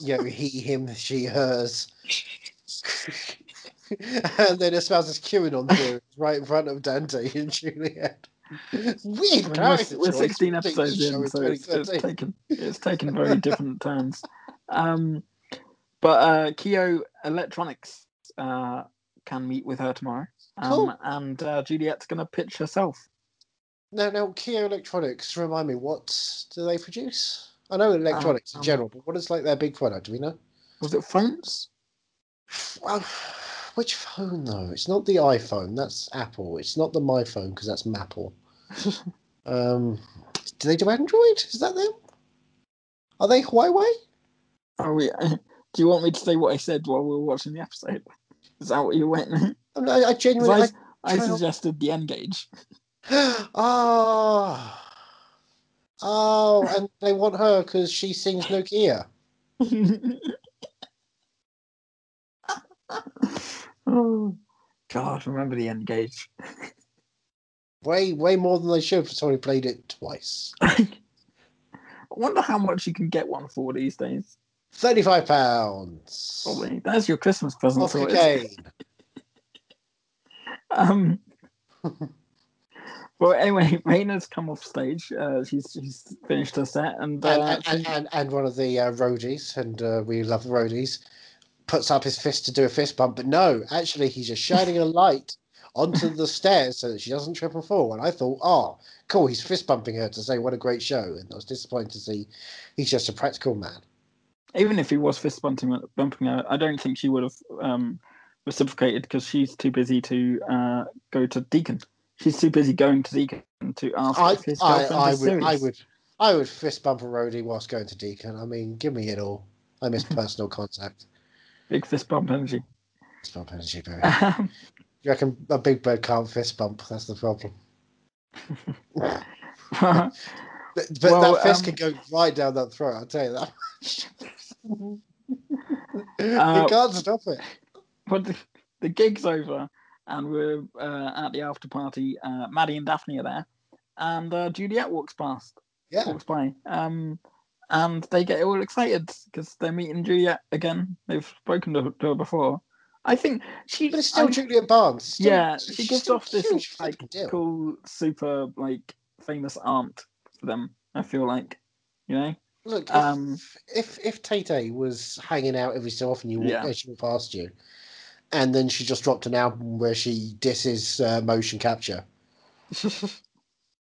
Speaker 2: you know, he, him, she, hers, and then espouses QAnon theories right in front of Dante and Juliet. Weird
Speaker 1: I mean, we're,
Speaker 2: character
Speaker 1: we're
Speaker 2: choice
Speaker 1: 16
Speaker 2: for a TV
Speaker 1: episodes
Speaker 2: show
Speaker 1: in, so it's, it's
Speaker 2: 2013.
Speaker 1: taken it's taken very different turns. Um, but uh, Keo Electronics uh, can meet with her tomorrow, um,
Speaker 2: Cool.
Speaker 1: and uh, Juliet's gonna pitch herself.
Speaker 2: Now, now, Kia Electronics, remind me, what do they produce? I know electronics
Speaker 1: um,
Speaker 2: in general, but what is like their big product? Do we know?
Speaker 1: Was it phones?
Speaker 2: Well, Which phone though? It's not the iPhone. That's Apple. It's not the my phone because that's Maple. um, do they do Android? Is that them? Are they Huawei?
Speaker 1: Oh yeah. Do you want me to say what I said while we were watching the episode? Is that what you went? 'Cause
Speaker 2: I, mean, I, I genuinely.
Speaker 1: I, I
Speaker 2: trial-
Speaker 1: suggested the N gauge.
Speaker 2: I- oh. Oh, and they want her because she sings Nokia.
Speaker 1: oh, God, remember the N gauge.
Speaker 2: Way, way more than they should for someone who played it twice.
Speaker 1: I wonder how much you can get one for these days.
Speaker 2: Thirty-five pounds.
Speaker 1: Probably. That's your Christmas present.
Speaker 2: Off
Speaker 1: sorted.
Speaker 2: cocaine.
Speaker 1: Um, well, anyway, Raina's come off stage. Uh, she's, she's finished her set, and, uh,
Speaker 2: and, and,
Speaker 1: she-
Speaker 2: and, and, and one of the uh, roadies, and uh, we love the roadies, puts up his fist to do a fist bump, but no, actually, he's just shining a light onto the stairs so that she doesn't trip and fall. And I thought, oh, cool, he's fist bumping her to say what a great show. And I was disappointed to see he's just a practical man.
Speaker 1: even if he was fist bumping, bumping her, I don't think she would have um, reciprocated because she's too busy to uh, go to Deacon. She's too busy going to Deacon to ask
Speaker 2: I,
Speaker 1: if his
Speaker 2: I,
Speaker 1: girlfriend
Speaker 2: I
Speaker 1: is
Speaker 2: would, I
Speaker 1: serious.
Speaker 2: would, I would fist bump a roadie whilst going to Deacon. I mean, give me it all. I miss personal contact.
Speaker 1: Big fist bump energy.
Speaker 2: Fist bump energy, baby.
Speaker 1: Um,
Speaker 2: You reckon a big bird can't fist bump? That's the problem. But, but
Speaker 1: Well,
Speaker 2: that fist
Speaker 1: um,
Speaker 2: can go right down that throat. I'll tell you that.
Speaker 1: Uh,
Speaker 2: you can't stop it.
Speaker 1: but the, the gig's over, and we're uh, at the after party. Uh, Maddie and Daphne are there, and uh, Juliet walks past.
Speaker 2: Yeah,
Speaker 1: walks by. Um, and they get all excited because they're meeting Juliet again. They've spoken to, to her before. I think she.
Speaker 2: but it's still
Speaker 1: I-
Speaker 2: Juliet Barnes. It's still-
Speaker 1: yeah, she
Speaker 2: she's
Speaker 1: gives
Speaker 2: still
Speaker 1: off this
Speaker 2: huge
Speaker 1: like
Speaker 2: fucking deal.
Speaker 1: cool, super like famous aunt for them. I feel like, you know.
Speaker 2: Look, if,
Speaker 1: um,
Speaker 2: if if Tay was hanging out every so often, you
Speaker 1: Yeah.
Speaker 2: walk, she walked past you, and then she just dropped an album where she disses uh, motion capture,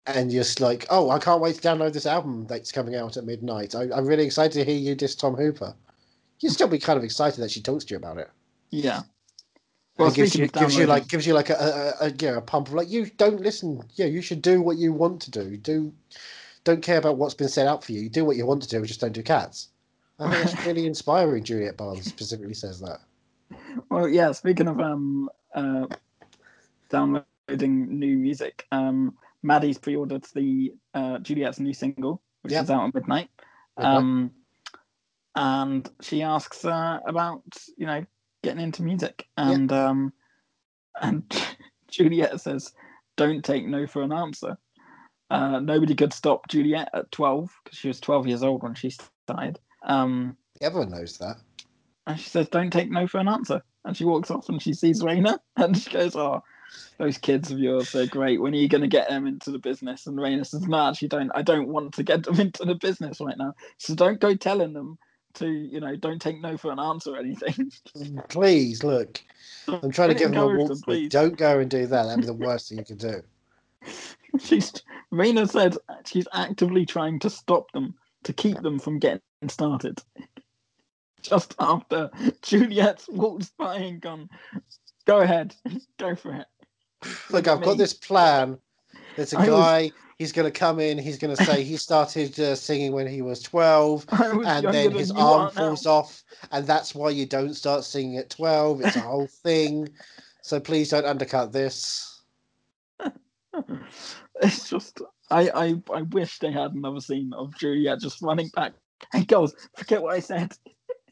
Speaker 2: and you're just like, oh, I can't wait to download this album that's coming out at midnight. I, I'm really excited to hear you diss Tom Hooper. You'd still be kind of excited that she talks to you about it.
Speaker 1: yeah.
Speaker 2: Well, gives
Speaker 1: speaking
Speaker 2: you,
Speaker 1: of
Speaker 2: gives you
Speaker 1: downloading-
Speaker 2: like gives you like a, a, a yeah a pump of like you don't listen yeah you should do what you want to do do don't care about what's been set out for you do what you want to do just don't do cats I think that's really inspiring Juliet Barnes specifically says that
Speaker 1: Well, yeah. Speaking of um, uh, downloading new music, um, Maddie's pre-ordered the uh, Juliet's new single, which
Speaker 2: Yep.
Speaker 1: is out at midnight.
Speaker 2: Okay.
Speaker 1: Um, and she asks uh, about you know getting into music, and um, and Juliet says, "Don't take no for an answer." Uh, nobody could stop Juliet at twelve because she was twelve years old when she started. Um,
Speaker 2: everyone knows that
Speaker 1: and she says, "Don't take no for an answer." And she walks off, and she sees Raina, and she goes, "Oh, those kids of yours, they're great. When are you going to get them into the business?" And Raina says, "No, I actually, don't. I don't want to get them into the business right now. So don't go telling them to, you know, don't take no for an answer or anything."
Speaker 2: please look I'm trying to
Speaker 1: Don't
Speaker 2: give them a
Speaker 1: encourage them,
Speaker 2: walk
Speaker 1: please.
Speaker 2: don't go and do that that'd be the worst thing you could do
Speaker 1: she's Raina said she's actively trying to stop them to keep them from getting started. Just after Juliet's walked by and gone, go ahead, go for it.
Speaker 2: look I've got
Speaker 1: Me.
Speaker 2: this plan there's
Speaker 1: I
Speaker 2: a
Speaker 1: was-
Speaker 2: guy he's gonna come in he's gonna say he started uh, singing when he was twelve
Speaker 1: I was
Speaker 2: and
Speaker 1: younger
Speaker 2: then
Speaker 1: than
Speaker 2: his
Speaker 1: you
Speaker 2: arm
Speaker 1: are now.
Speaker 2: falls off, and that's why you don't start singing at 12. It's a whole thing. So please don't undercut this.
Speaker 1: it's just I, I I wish they had another scene of Juliet just running back. Hey girls, forget what I said.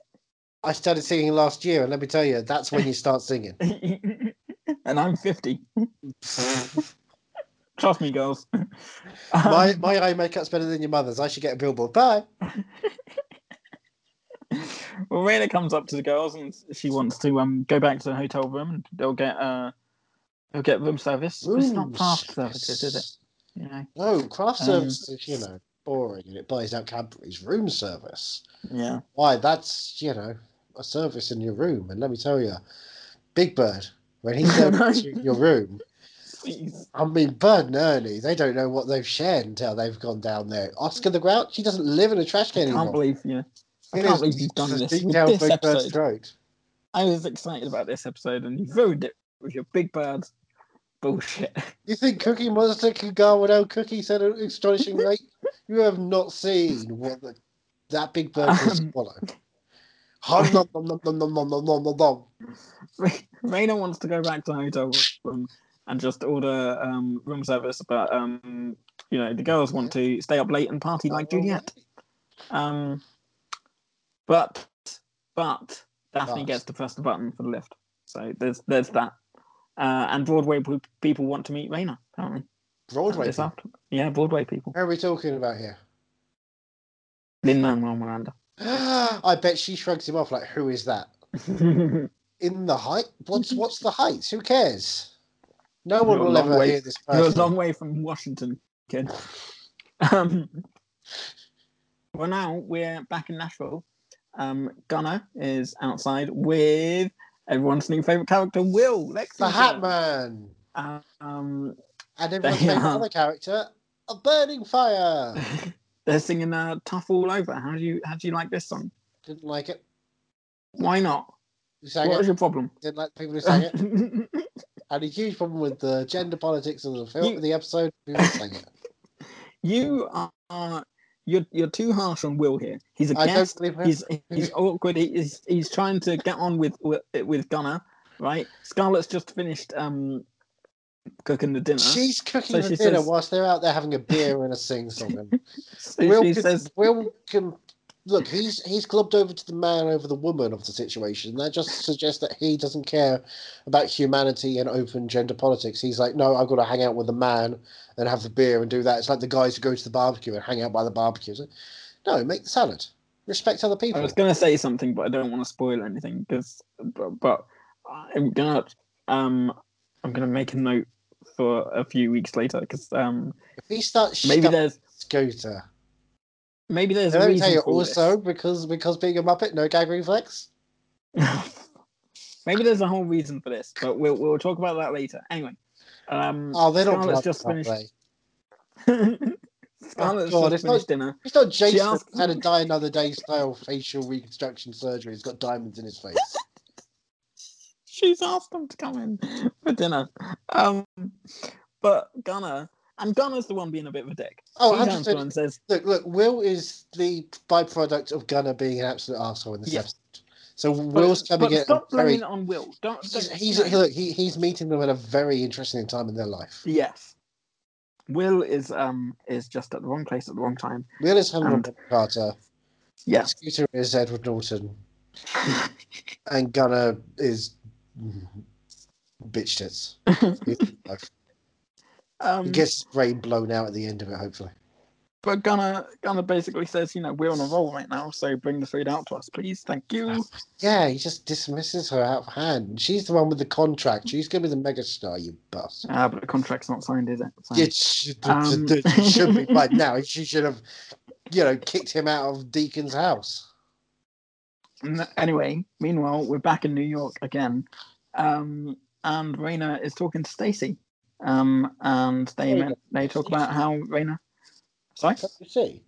Speaker 2: I started singing last year, and let me tell you, that's when you start singing.
Speaker 1: and I'm fifty. Trust me, girls. Um,
Speaker 2: my, my eye makeup's better than your mother's. I should get a billboard. Bye.
Speaker 1: well, Raina comes up to the girls and she wants to um go back to the hotel room and they'll get uh they'll get room service. it's not
Speaker 2: Ooh,
Speaker 1: craft services, is it?
Speaker 2: yes.
Speaker 1: You know.
Speaker 2: No, craft
Speaker 1: Um,
Speaker 2: services, you know, boring, and it buys out Cadbury's room service.
Speaker 1: Yeah.
Speaker 2: Why, that's, you know, a service in your room. And let me tell you, Big Bird, when he goes to your room,
Speaker 1: Please.
Speaker 2: I mean, Bud and Ernie, they don't know what they've shared until they've gone down there. Oscar the Grouch, he doesn't live in a trash
Speaker 1: I
Speaker 2: can
Speaker 1: can't
Speaker 2: anymore.
Speaker 1: believe you. I
Speaker 2: It
Speaker 1: can't
Speaker 2: is
Speaker 1: believe you've done
Speaker 2: just
Speaker 1: this
Speaker 2: deep
Speaker 1: with
Speaker 2: down
Speaker 1: this
Speaker 2: Big Bird's
Speaker 1: episode.
Speaker 2: throat.
Speaker 1: I was excited about this episode, and you ruined it with your big bad bullshit.
Speaker 2: You think Cookie Monster can go without cookies at an astonishing rate? You have not seen what the, that big bird can
Speaker 1: Um.
Speaker 2: swallow. Hum, nom, nom, nom, nom, nom, nom, nom, nom, nom, nom.
Speaker 1: Raina wants to go back to her hotel room and just order um, room service, but um, you know the girls want to stay up late and party like Juliet. Um, but but Daphne
Speaker 2: But.
Speaker 1: gets to press the button for the lift, so there's there's that. Uh, and Broadway pe- people want to meet Raina apparently.
Speaker 2: Broadway.
Speaker 1: This
Speaker 2: people.
Speaker 1: after- yeah, Broadway people.
Speaker 2: Who are we talking about here?
Speaker 1: Lin Manuel Miranda.
Speaker 2: I bet she shrugs him off like, "Who is that?" In the height? What's what's the heights? Who cares? No one
Speaker 1: You're a
Speaker 2: will
Speaker 1: long
Speaker 2: ever
Speaker 1: way-
Speaker 2: hear this
Speaker 1: You're a
Speaker 2: person.
Speaker 1: long way from Washington, kid. Um, well, now we're back in Nashville. Um, Gunner is outside with everyone's new favorite character, Will
Speaker 2: the
Speaker 1: Lexington.
Speaker 2: Hat Man
Speaker 1: Uh, Um,
Speaker 2: and everyone's
Speaker 1: They
Speaker 2: favorite
Speaker 1: are.
Speaker 2: other character, a burning fire.
Speaker 1: they're singing uh, "Tough All Over." How do you how do you like this song?
Speaker 2: Didn't like it.
Speaker 1: Why not?
Speaker 2: Who
Speaker 1: What
Speaker 2: sang
Speaker 1: was
Speaker 2: it?
Speaker 1: your problem?
Speaker 2: Didn't like the people who sang it.
Speaker 1: you
Speaker 2: Had a huge problem with the gender politics of the film,
Speaker 1: You-
Speaker 2: the episode. Who sang it?
Speaker 1: are you're you're too harsh on Will here. He's a
Speaker 2: I
Speaker 1: guest.
Speaker 2: don't believe him.
Speaker 1: he's he's awkward. He, he's he's trying to get on with with, with Gunner, right? Scarlett's just finished um cooking the dinner.
Speaker 2: She's cooking
Speaker 1: So
Speaker 2: the
Speaker 1: she
Speaker 2: dinner
Speaker 1: says-
Speaker 2: whilst they're out there having a beer and a sing song.
Speaker 1: so
Speaker 2: Will
Speaker 1: she
Speaker 2: can,
Speaker 1: says,
Speaker 2: Will can look. He's he's clubbed over to the man over the woman of the situation. That just suggests that he doesn't care about humanity and open gender politics. He's like, no, I've got to hang out with the man and have the beer and do that. It's like the guys who go to the barbecue and hang out by the barbecue. It's like, no, make the salad. Respect other
Speaker 1: "I
Speaker 2: people.
Speaker 1: was gonna say something, but I don't want to spoil anything because, but, but I'm gonna um I'm gonna make a note for a few weeks later because um
Speaker 2: If he starts
Speaker 1: maybe
Speaker 2: maybe
Speaker 1: there's
Speaker 2: scooter.
Speaker 1: maybe there's
Speaker 2: And
Speaker 1: a
Speaker 2: let me
Speaker 1: reason
Speaker 2: tell you
Speaker 1: for this.
Speaker 2: also because because being a muppet, no gag reflex.
Speaker 1: maybe there's a whole reason for this, but we'll we'll talk about that later. Anyway, um,
Speaker 2: Oh, they're not
Speaker 1: Scarlett's
Speaker 2: blood,
Speaker 1: just
Speaker 2: are
Speaker 1: finished.
Speaker 2: they?
Speaker 1: Scarlett's
Speaker 2: God,
Speaker 1: just
Speaker 2: it's
Speaker 1: finished dinner.
Speaker 2: It's not Jason
Speaker 1: asked-
Speaker 2: that's had a die another day style facial reconstruction surgery. He's got diamonds in his face.
Speaker 1: She's asked them to come in for dinner. Um, but Gunner, and Gunner's the one being a bit of a dick.
Speaker 2: Oh,
Speaker 1: he turns to
Speaker 2: 100%.
Speaker 1: her and says,
Speaker 2: Look, look, Will is the byproduct of Gunner being an absolute asshole in this
Speaker 1: Yeah.
Speaker 2: episode. So
Speaker 1: but-
Speaker 2: Will's coming
Speaker 1: but
Speaker 2: in at a
Speaker 1: stop blaming
Speaker 2: very
Speaker 1: it on Will. Don't,
Speaker 2: he's,
Speaker 1: don't-
Speaker 2: he's,
Speaker 1: no.
Speaker 2: he- look, he, he's meeting them at a very interesting time in their life.
Speaker 1: Yes. Will is um is just at the wrong place at the wrong time.
Speaker 2: Will is Helen
Speaker 1: And-
Speaker 2: Rodham Carter.
Speaker 1: Yeah.
Speaker 2: Scooter is Edward Norton. and Gunner is bitch tits.
Speaker 1: Um,
Speaker 2: He gets his brain blown out at the end of it, hopefully.
Speaker 1: but Gunner Gunner basically says, you know, we're on a roll right now, so bring the food out to us, please. Thank you.
Speaker 2: Yeah, he just dismisses her out of hand. She's the one with the contract. She's gonna be the megastar, you bust.
Speaker 1: Uh, but the contract's not signed, is it? So-
Speaker 2: It should,
Speaker 1: Um,
Speaker 2: it should be right now. She should have, you know, kicked him out of Deacon's house.
Speaker 1: N- anyway, meanwhile, we're back in New York again, um, and Raina is talking to Stacy, um, and they
Speaker 2: Raina.
Speaker 1: they talk about how Raina. Sorry.
Speaker 2: Can't you see?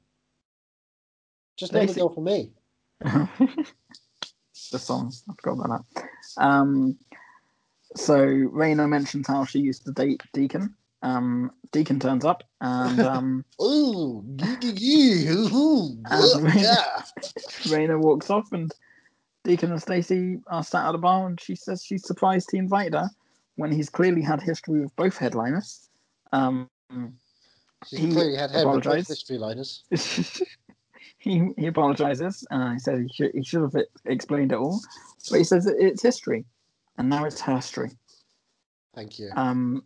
Speaker 2: Just never
Speaker 1: Stacey.
Speaker 2: go for me.
Speaker 1: the song. I forgot about that. Um, so Raina mentions how she used to date Deacon. Um, Deacon turns up, and um,
Speaker 2: Ooh, you, you, ooh,
Speaker 1: Um,
Speaker 2: yeah.
Speaker 1: Raina walks off, and Deacon and Stacy are sat at a bar, and she says she's surprised he invited her when he's clearly had history with both headliners. Um,
Speaker 2: She's
Speaker 1: he
Speaker 2: clearly had head with both
Speaker 1: apologised.
Speaker 2: history liners.
Speaker 1: he he apologizes. Uh, he says he should, he should have explained it all, but he says it, it's history, and now it's her story.
Speaker 2: Thank you.
Speaker 1: Um,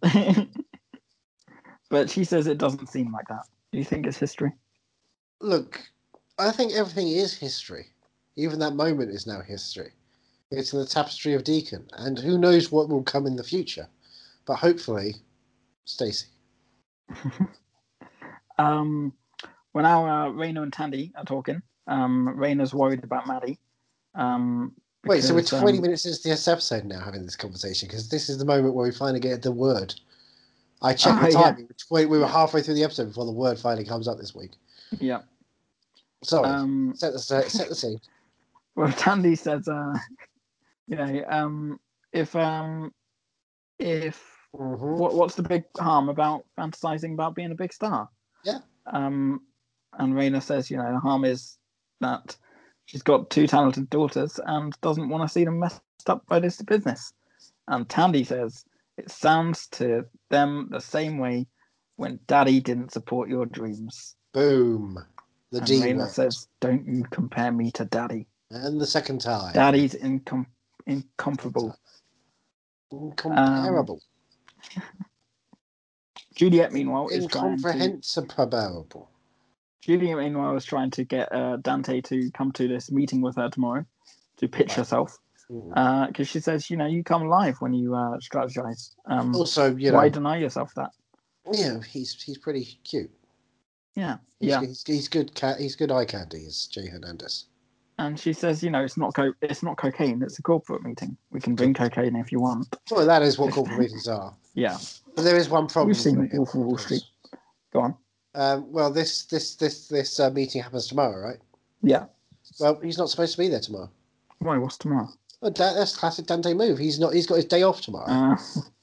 Speaker 1: but she says it doesn't seem like that. Do you think it's history?
Speaker 2: look, I think everything is history. Even that moment is now history. It's in the tapestry of Deacon, and who knows what will come in the future. But hopefully, Stacy.
Speaker 1: Um, well, now uh, Raina and Tandy are talking. Um, Raina's worried about Maddie. Um,
Speaker 2: Wait, so we're
Speaker 1: because,
Speaker 2: 20
Speaker 1: um,
Speaker 2: minutes into this episode now having this conversation because this is the moment where we finally get the word. I checked
Speaker 1: Ah,
Speaker 2: the
Speaker 1: yeah.
Speaker 2: time. it was twen- We were halfway through the episode before the word finally comes up this week.
Speaker 1: Yeah.
Speaker 2: Sorry.
Speaker 1: Um,
Speaker 2: set, the, set the scene.
Speaker 1: well, Tandy says, uh, you know, um, if um, if
Speaker 2: Mhm.
Speaker 1: what, what's the big harm about fantasizing about being a big star?
Speaker 2: Yeah.
Speaker 1: Um, and Raina says, you know, the harm is that she's got two talented daughters and doesn't want to see them messed up by this business. And Tandy says, it sounds to them the same way when daddy didn't support your dreams.
Speaker 2: Boom. The
Speaker 1: and
Speaker 2: D
Speaker 1: Raina
Speaker 2: word.
Speaker 1: says, don't you compare me to daddy.
Speaker 2: and the second time.
Speaker 1: Daddy's incom- incomparable.
Speaker 2: Incomparable.
Speaker 1: Juliet, meanwhile, is trying to
Speaker 2: Incomprehensible.
Speaker 1: Julia, meanwhile, was trying to get uh, Dante to come to this meeting with her tomorrow to pitch
Speaker 2: Right.
Speaker 1: herself
Speaker 2: Mm.
Speaker 1: because she says, you know, you come alive when you uh, strategize. Um,
Speaker 2: Also, you know,
Speaker 1: why deny yourself that?
Speaker 2: you know, he's he's pretty cute.
Speaker 1: Yeah,
Speaker 2: He's,
Speaker 1: yeah.
Speaker 2: he's, he's good. Ca- he's good eye candy. Is Jay Hernandez?
Speaker 1: And she says, you know, it's not co- it's not cocaine. It's a corporate meeting. We can bring cocaine if you want.
Speaker 2: Well, that is what corporate meetings are.
Speaker 1: Yeah,
Speaker 2: But there is one problem.
Speaker 1: we've seen
Speaker 2: with it.
Speaker 1: Wolf of Wall Street. Go on.
Speaker 2: Um, well, this this this this uh, meeting happens tomorrow, right?
Speaker 1: Yeah.
Speaker 2: Well, he's not supposed to be there tomorrow.
Speaker 1: Why? What's tomorrow?
Speaker 2: Well, that, that's classic Dante move. He's not. He's got his day off tomorrow.
Speaker 1: Uh,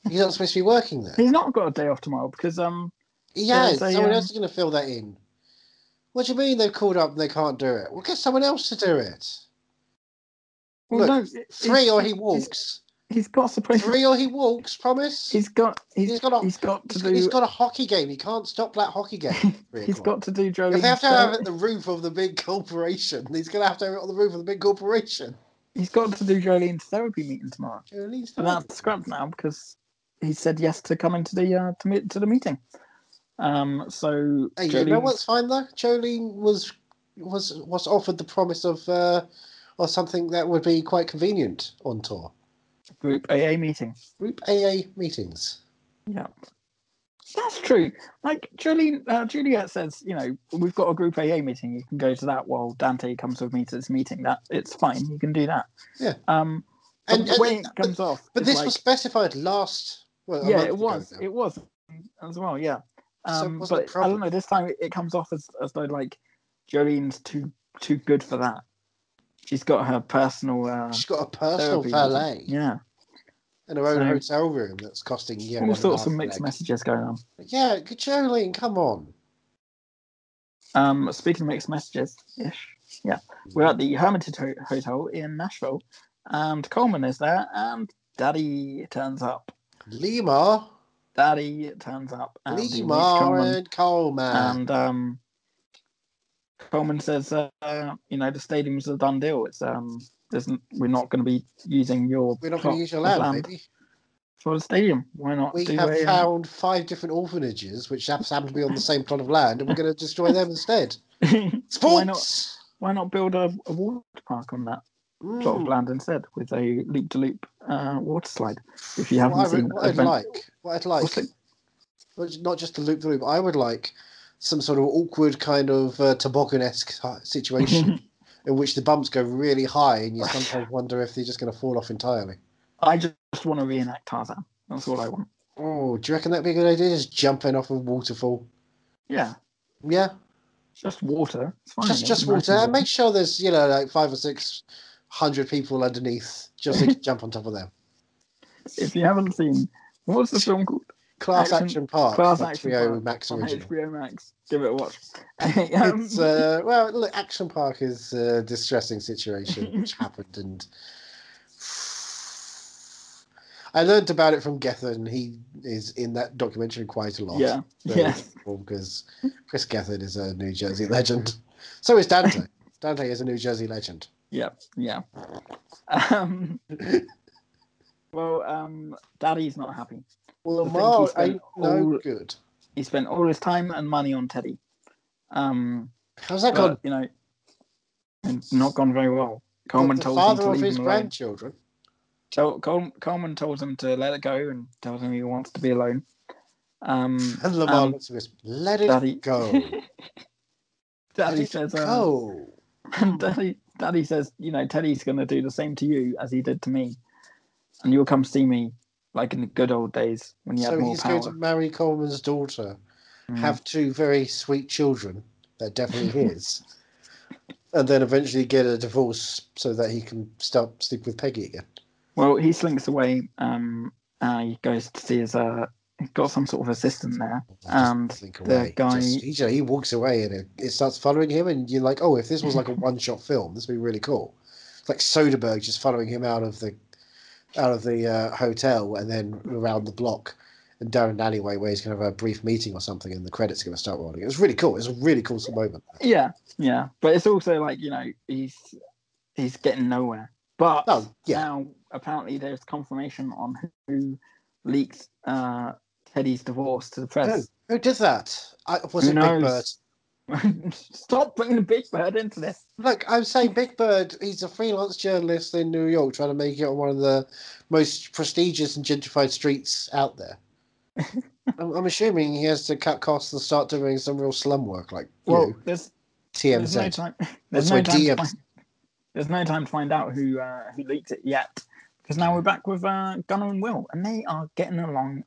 Speaker 2: he's not supposed to be working there.
Speaker 1: he's not got a day off tomorrow because um
Speaker 2: He
Speaker 1: Yeah,
Speaker 2: has.
Speaker 1: so,
Speaker 2: someone
Speaker 1: um,
Speaker 2: else is going to fill that in. What do you mean they've called up and they can't do it? Well, get someone else to do it.
Speaker 1: well,
Speaker 2: Look,
Speaker 1: no,
Speaker 2: Three
Speaker 1: he's-
Speaker 2: or he walks.
Speaker 1: he's got supposed
Speaker 2: Three or he walks. Promise.
Speaker 1: he's got
Speaker 2: he's got a
Speaker 1: he's got to
Speaker 2: he's-
Speaker 1: do
Speaker 2: he's got a hockey game. He can't stop that hockey game. Three
Speaker 1: He's
Speaker 2: o'clock.
Speaker 1: got to do Jolene's.
Speaker 2: If they have to have
Speaker 1: therapy-
Speaker 2: it at the roof of the big corporation, he's going to have to have it on the roof of the big corporation.
Speaker 1: He's got to do Jolene's therapy meeting tomorrow,
Speaker 2: At least
Speaker 1: and that's scrapped now because he said yes to coming to the uh, to meet to the meeting. Um, so
Speaker 2: Hey, you know
Speaker 1: Jolene's-
Speaker 2: what's fine though? Jolene was was was offered the promise of uh, or something that would be quite convenient on tour.
Speaker 1: group AA meeting.
Speaker 2: Group AA meetings.
Speaker 1: That's true. Like Jolene, uh, Juliet says, you know, we've got a group AA meeting. You can go to that while Dante comes with me to this meeting. That it's fine. You can do that.
Speaker 2: Yeah.
Speaker 1: Um, but
Speaker 2: And,
Speaker 1: the way
Speaker 2: and-
Speaker 1: it comes off,
Speaker 2: but
Speaker 1: is
Speaker 2: this
Speaker 1: like,
Speaker 2: was specified last. Well, a
Speaker 1: yeah,
Speaker 2: month
Speaker 1: it
Speaker 2: ago
Speaker 1: was.
Speaker 2: now.
Speaker 1: It was as well. Yeah.
Speaker 2: So
Speaker 1: Um,
Speaker 2: what's the
Speaker 1: but I
Speaker 2: problem?
Speaker 1: don't know. This time it, it comes off as, as though like Jolene's too too good for that. She's got her personal. Uh,
Speaker 2: She's got a personal
Speaker 1: therapy,
Speaker 2: valet
Speaker 1: yeah.
Speaker 2: and her own
Speaker 1: So-
Speaker 2: hotel room that's costing you. know,
Speaker 1: All
Speaker 2: one and a
Speaker 1: sorts
Speaker 2: half
Speaker 1: of mixed
Speaker 2: leg.
Speaker 1: messages going on.
Speaker 2: Yeah, good Jolene, come on.
Speaker 1: Um, speaking of mixed messages, ish. Yeah, we're at the Hermitage Ho- Hotel in Nashville, and Coleman is there, and Daddy turns up.
Speaker 2: Lima,
Speaker 1: Daddy turns up, and he meets
Speaker 2: Lima
Speaker 1: Coleman.
Speaker 2: and Coleman.
Speaker 1: and um, Coleman says, uh, you know, the stadium's a done deal. It's um, there's, n- we're not going to be using your
Speaker 2: We're not
Speaker 1: plot
Speaker 2: going to use your
Speaker 1: of
Speaker 2: land, baby.
Speaker 1: for the stadium. Why not?
Speaker 2: We
Speaker 1: do
Speaker 2: have
Speaker 1: a, um,
Speaker 2: found five different orphanages, which happens happen to be on the same plot of land, and we're going to destroy them instead.
Speaker 1: why not?
Speaker 2: Sports.
Speaker 1: Why not build a, a water park on that plot of
Speaker 2: Mm.
Speaker 1: land instead with a loop-to-loop uh, water slide? If you haven't
Speaker 2: What, I
Speaker 1: seen
Speaker 2: would, what I'd
Speaker 1: Advent-
Speaker 2: like, what I'd like,
Speaker 1: What's it?
Speaker 2: not ju- not just the loop the loop. I would like some sort of awkward kind of uh, toboggan-esque ti- situation in which the bumps go really high, and you sometimes wonder if they're just going to fall off entirely.
Speaker 1: I just want to reenact Tarzan. That's all I want.
Speaker 2: Oh, do you reckon that'd be a good idea? Just jumping off a waterfall.
Speaker 1: Yeah,
Speaker 2: Yeah,
Speaker 1: just water. It's fine.
Speaker 2: just
Speaker 1: It's
Speaker 2: just
Speaker 1: nice
Speaker 2: water.
Speaker 1: and
Speaker 2: And make sure there's you know like five or six hundred people underneath, just so you can jump on top of them.
Speaker 1: If you haven't seen, what's the film called?
Speaker 2: Class
Speaker 1: Action-
Speaker 2: Action, Park,
Speaker 1: Class
Speaker 2: HBO
Speaker 1: Action Park
Speaker 2: Max
Speaker 1: on
Speaker 2: original.
Speaker 1: HBO Max. Give it a watch. Um,
Speaker 2: It's uh, well, look, Action Park is a distressing situation which happened, and I learned about it from Gethin. he is in that documentary quite a lot.
Speaker 1: yeah, yeah.
Speaker 2: because Chris Gethin is a New Jersey legend. So is Dante. Dante is a New Jersey legend.
Speaker 1: Yeah. Um, well, um, Daddy's not happy.
Speaker 2: Well,
Speaker 1: I think
Speaker 2: Lamar
Speaker 1: he's been
Speaker 2: ain't no
Speaker 1: all-
Speaker 2: good.
Speaker 1: He spent all his time and money on Teddy. Um,
Speaker 2: How's that
Speaker 1: but,
Speaker 2: gone?
Speaker 1: you know, and not gone very well. Coleman
Speaker 2: the
Speaker 1: told him
Speaker 2: father
Speaker 1: to
Speaker 2: of
Speaker 1: leave
Speaker 2: his
Speaker 1: him alone.
Speaker 2: grandchildren.
Speaker 1: Tell, Col- Coleman told him to let it go and tells him he wants to be alone. Um,
Speaker 2: And Lamar
Speaker 1: um,
Speaker 2: looks at us. Let it
Speaker 1: Daddy-
Speaker 2: go. Let
Speaker 1: Daddy
Speaker 2: it
Speaker 1: says, uh,
Speaker 2: go.
Speaker 1: And Daddy, Daddy says, you know, Teddy's going to do the same to you as he did to me, and you'll come see me like in the good old days when you
Speaker 2: so
Speaker 1: had more
Speaker 2: he's
Speaker 1: power.
Speaker 2: going to marry Coleman's daughter,
Speaker 1: Mm.
Speaker 2: have two very sweet children. They're definitely his. And then eventually get a divorce so that he can start sleep with Peggy again.
Speaker 1: Well, he slinks away. Um, uh, he goes to see his. Uh, he's got some sort of assistant there, and
Speaker 2: Slink
Speaker 1: the
Speaker 2: away.
Speaker 1: guy-
Speaker 2: Just- he, just- he walks away and it, it starts following him, and you're like, oh, if this was like a one shot film, this would be really cool. It's like Soderbergh just following him out of the out of the uh, hotel and then around the block and down an alleyway where he's going to have a brief meeting or something, and the credits are going to start rolling. It was really cool. It was a really cool moment.
Speaker 1: yeah, yeah. But it's also like you know he's he's getting nowhere. But
Speaker 2: Oh yeah,
Speaker 1: now apparently there's confirmation on who leaked uh, Teddy's divorce to the press.
Speaker 2: who did that? I, was
Speaker 1: Who
Speaker 2: it
Speaker 1: knows?
Speaker 2: Big Bird? Oh.
Speaker 1: Stop bringing the big bird into this.
Speaker 2: Look, I'm saying Big Bird, he's a freelance journalist in New York trying to make it on one of the most prestigious and gentrified streets out there. I'm, I'm assuming he has to cut costs and start doing some real slum work like you
Speaker 1: Well,
Speaker 2: know,
Speaker 1: there's, there's no
Speaker 2: TMZ.
Speaker 1: time. There's
Speaker 2: why
Speaker 1: no time, to
Speaker 2: DMs.
Speaker 1: find, there's no time to find out who uh, who leaked it yet, because now we're back with uh, Gunnar and Will, and they are getting along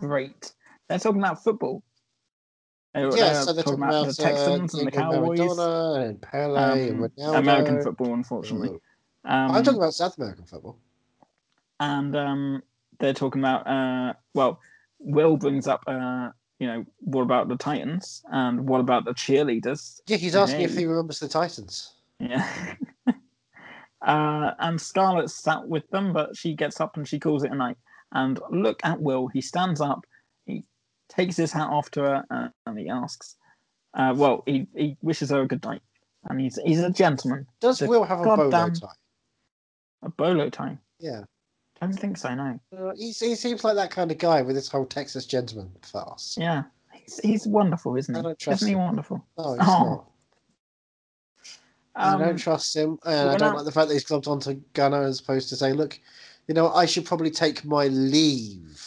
Speaker 1: great. They're talking about football. They were- they
Speaker 2: yeah,
Speaker 1: were
Speaker 2: so they're
Speaker 1: talking
Speaker 2: talking
Speaker 1: about the
Speaker 2: about
Speaker 1: Texans
Speaker 2: uh,
Speaker 1: and the
Speaker 2: Diego
Speaker 1: Cowboys,
Speaker 2: Maradona and Pele and
Speaker 1: um,
Speaker 2: Ronaldo. Oh.
Speaker 1: American football, unfortunately. Um,
Speaker 2: I'm talking about South American football.
Speaker 1: and um, they're talking about uh, well, Will brings up uh, you know what about the Titans and what about the cheerleaders?
Speaker 2: Yeah, he's asking if
Speaker 1: Hey.
Speaker 2: he remembers the Titans.
Speaker 1: Yeah. uh, and Scarlet sat with them, but she gets up and she calls it a night. And look at Will. He stands up, he takes his hat off to her, uh, and he asks, uh, well, he, he wishes her a good night. And he's, he's a gentleman.
Speaker 2: Does
Speaker 1: The
Speaker 2: Will have a bolo
Speaker 1: goddamn-
Speaker 2: tie?
Speaker 1: A bolo tie.
Speaker 2: Yeah.
Speaker 1: I don't think so, no.
Speaker 2: Uh, he, he seems like that kind of guy with this whole Texas gentleman farce.
Speaker 1: Yeah. He's, he's wonderful, isn't he?
Speaker 2: I don't trust
Speaker 1: isn't he
Speaker 2: him.
Speaker 1: wonderful?
Speaker 2: No, he's
Speaker 1: Oh.
Speaker 2: not. I
Speaker 1: Um,
Speaker 2: don't trust him, and
Speaker 1: we're
Speaker 2: I don't
Speaker 1: not-
Speaker 2: like the fact that he's clubbed onto Gunner as opposed to say, "Look, you know, I should probably take my leave.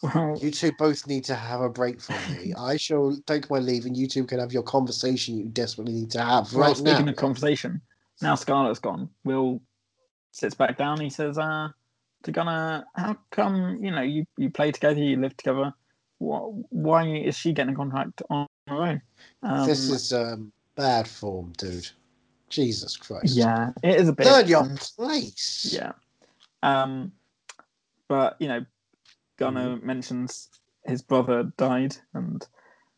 Speaker 1: well,
Speaker 2: You two both need to have a break from me. I shall take my leave, and you two can have your conversation you desperately need to have
Speaker 1: well,
Speaker 2: right
Speaker 1: speaking
Speaker 2: now."
Speaker 1: of conversation, now Scarlett's gone. Will sits back down. He says, uh, to Gunnar, how come, you know, you, you play together, you live together. What, why is she getting a contract on her own? Um,
Speaker 2: this is um, bad form, dude. Jesus Christ!
Speaker 1: Yeah, it is a bit.
Speaker 2: learn your place.
Speaker 1: Yeah. Um, but, you know, Gunnar
Speaker 2: Mm-hmm.
Speaker 1: mentions his brother died and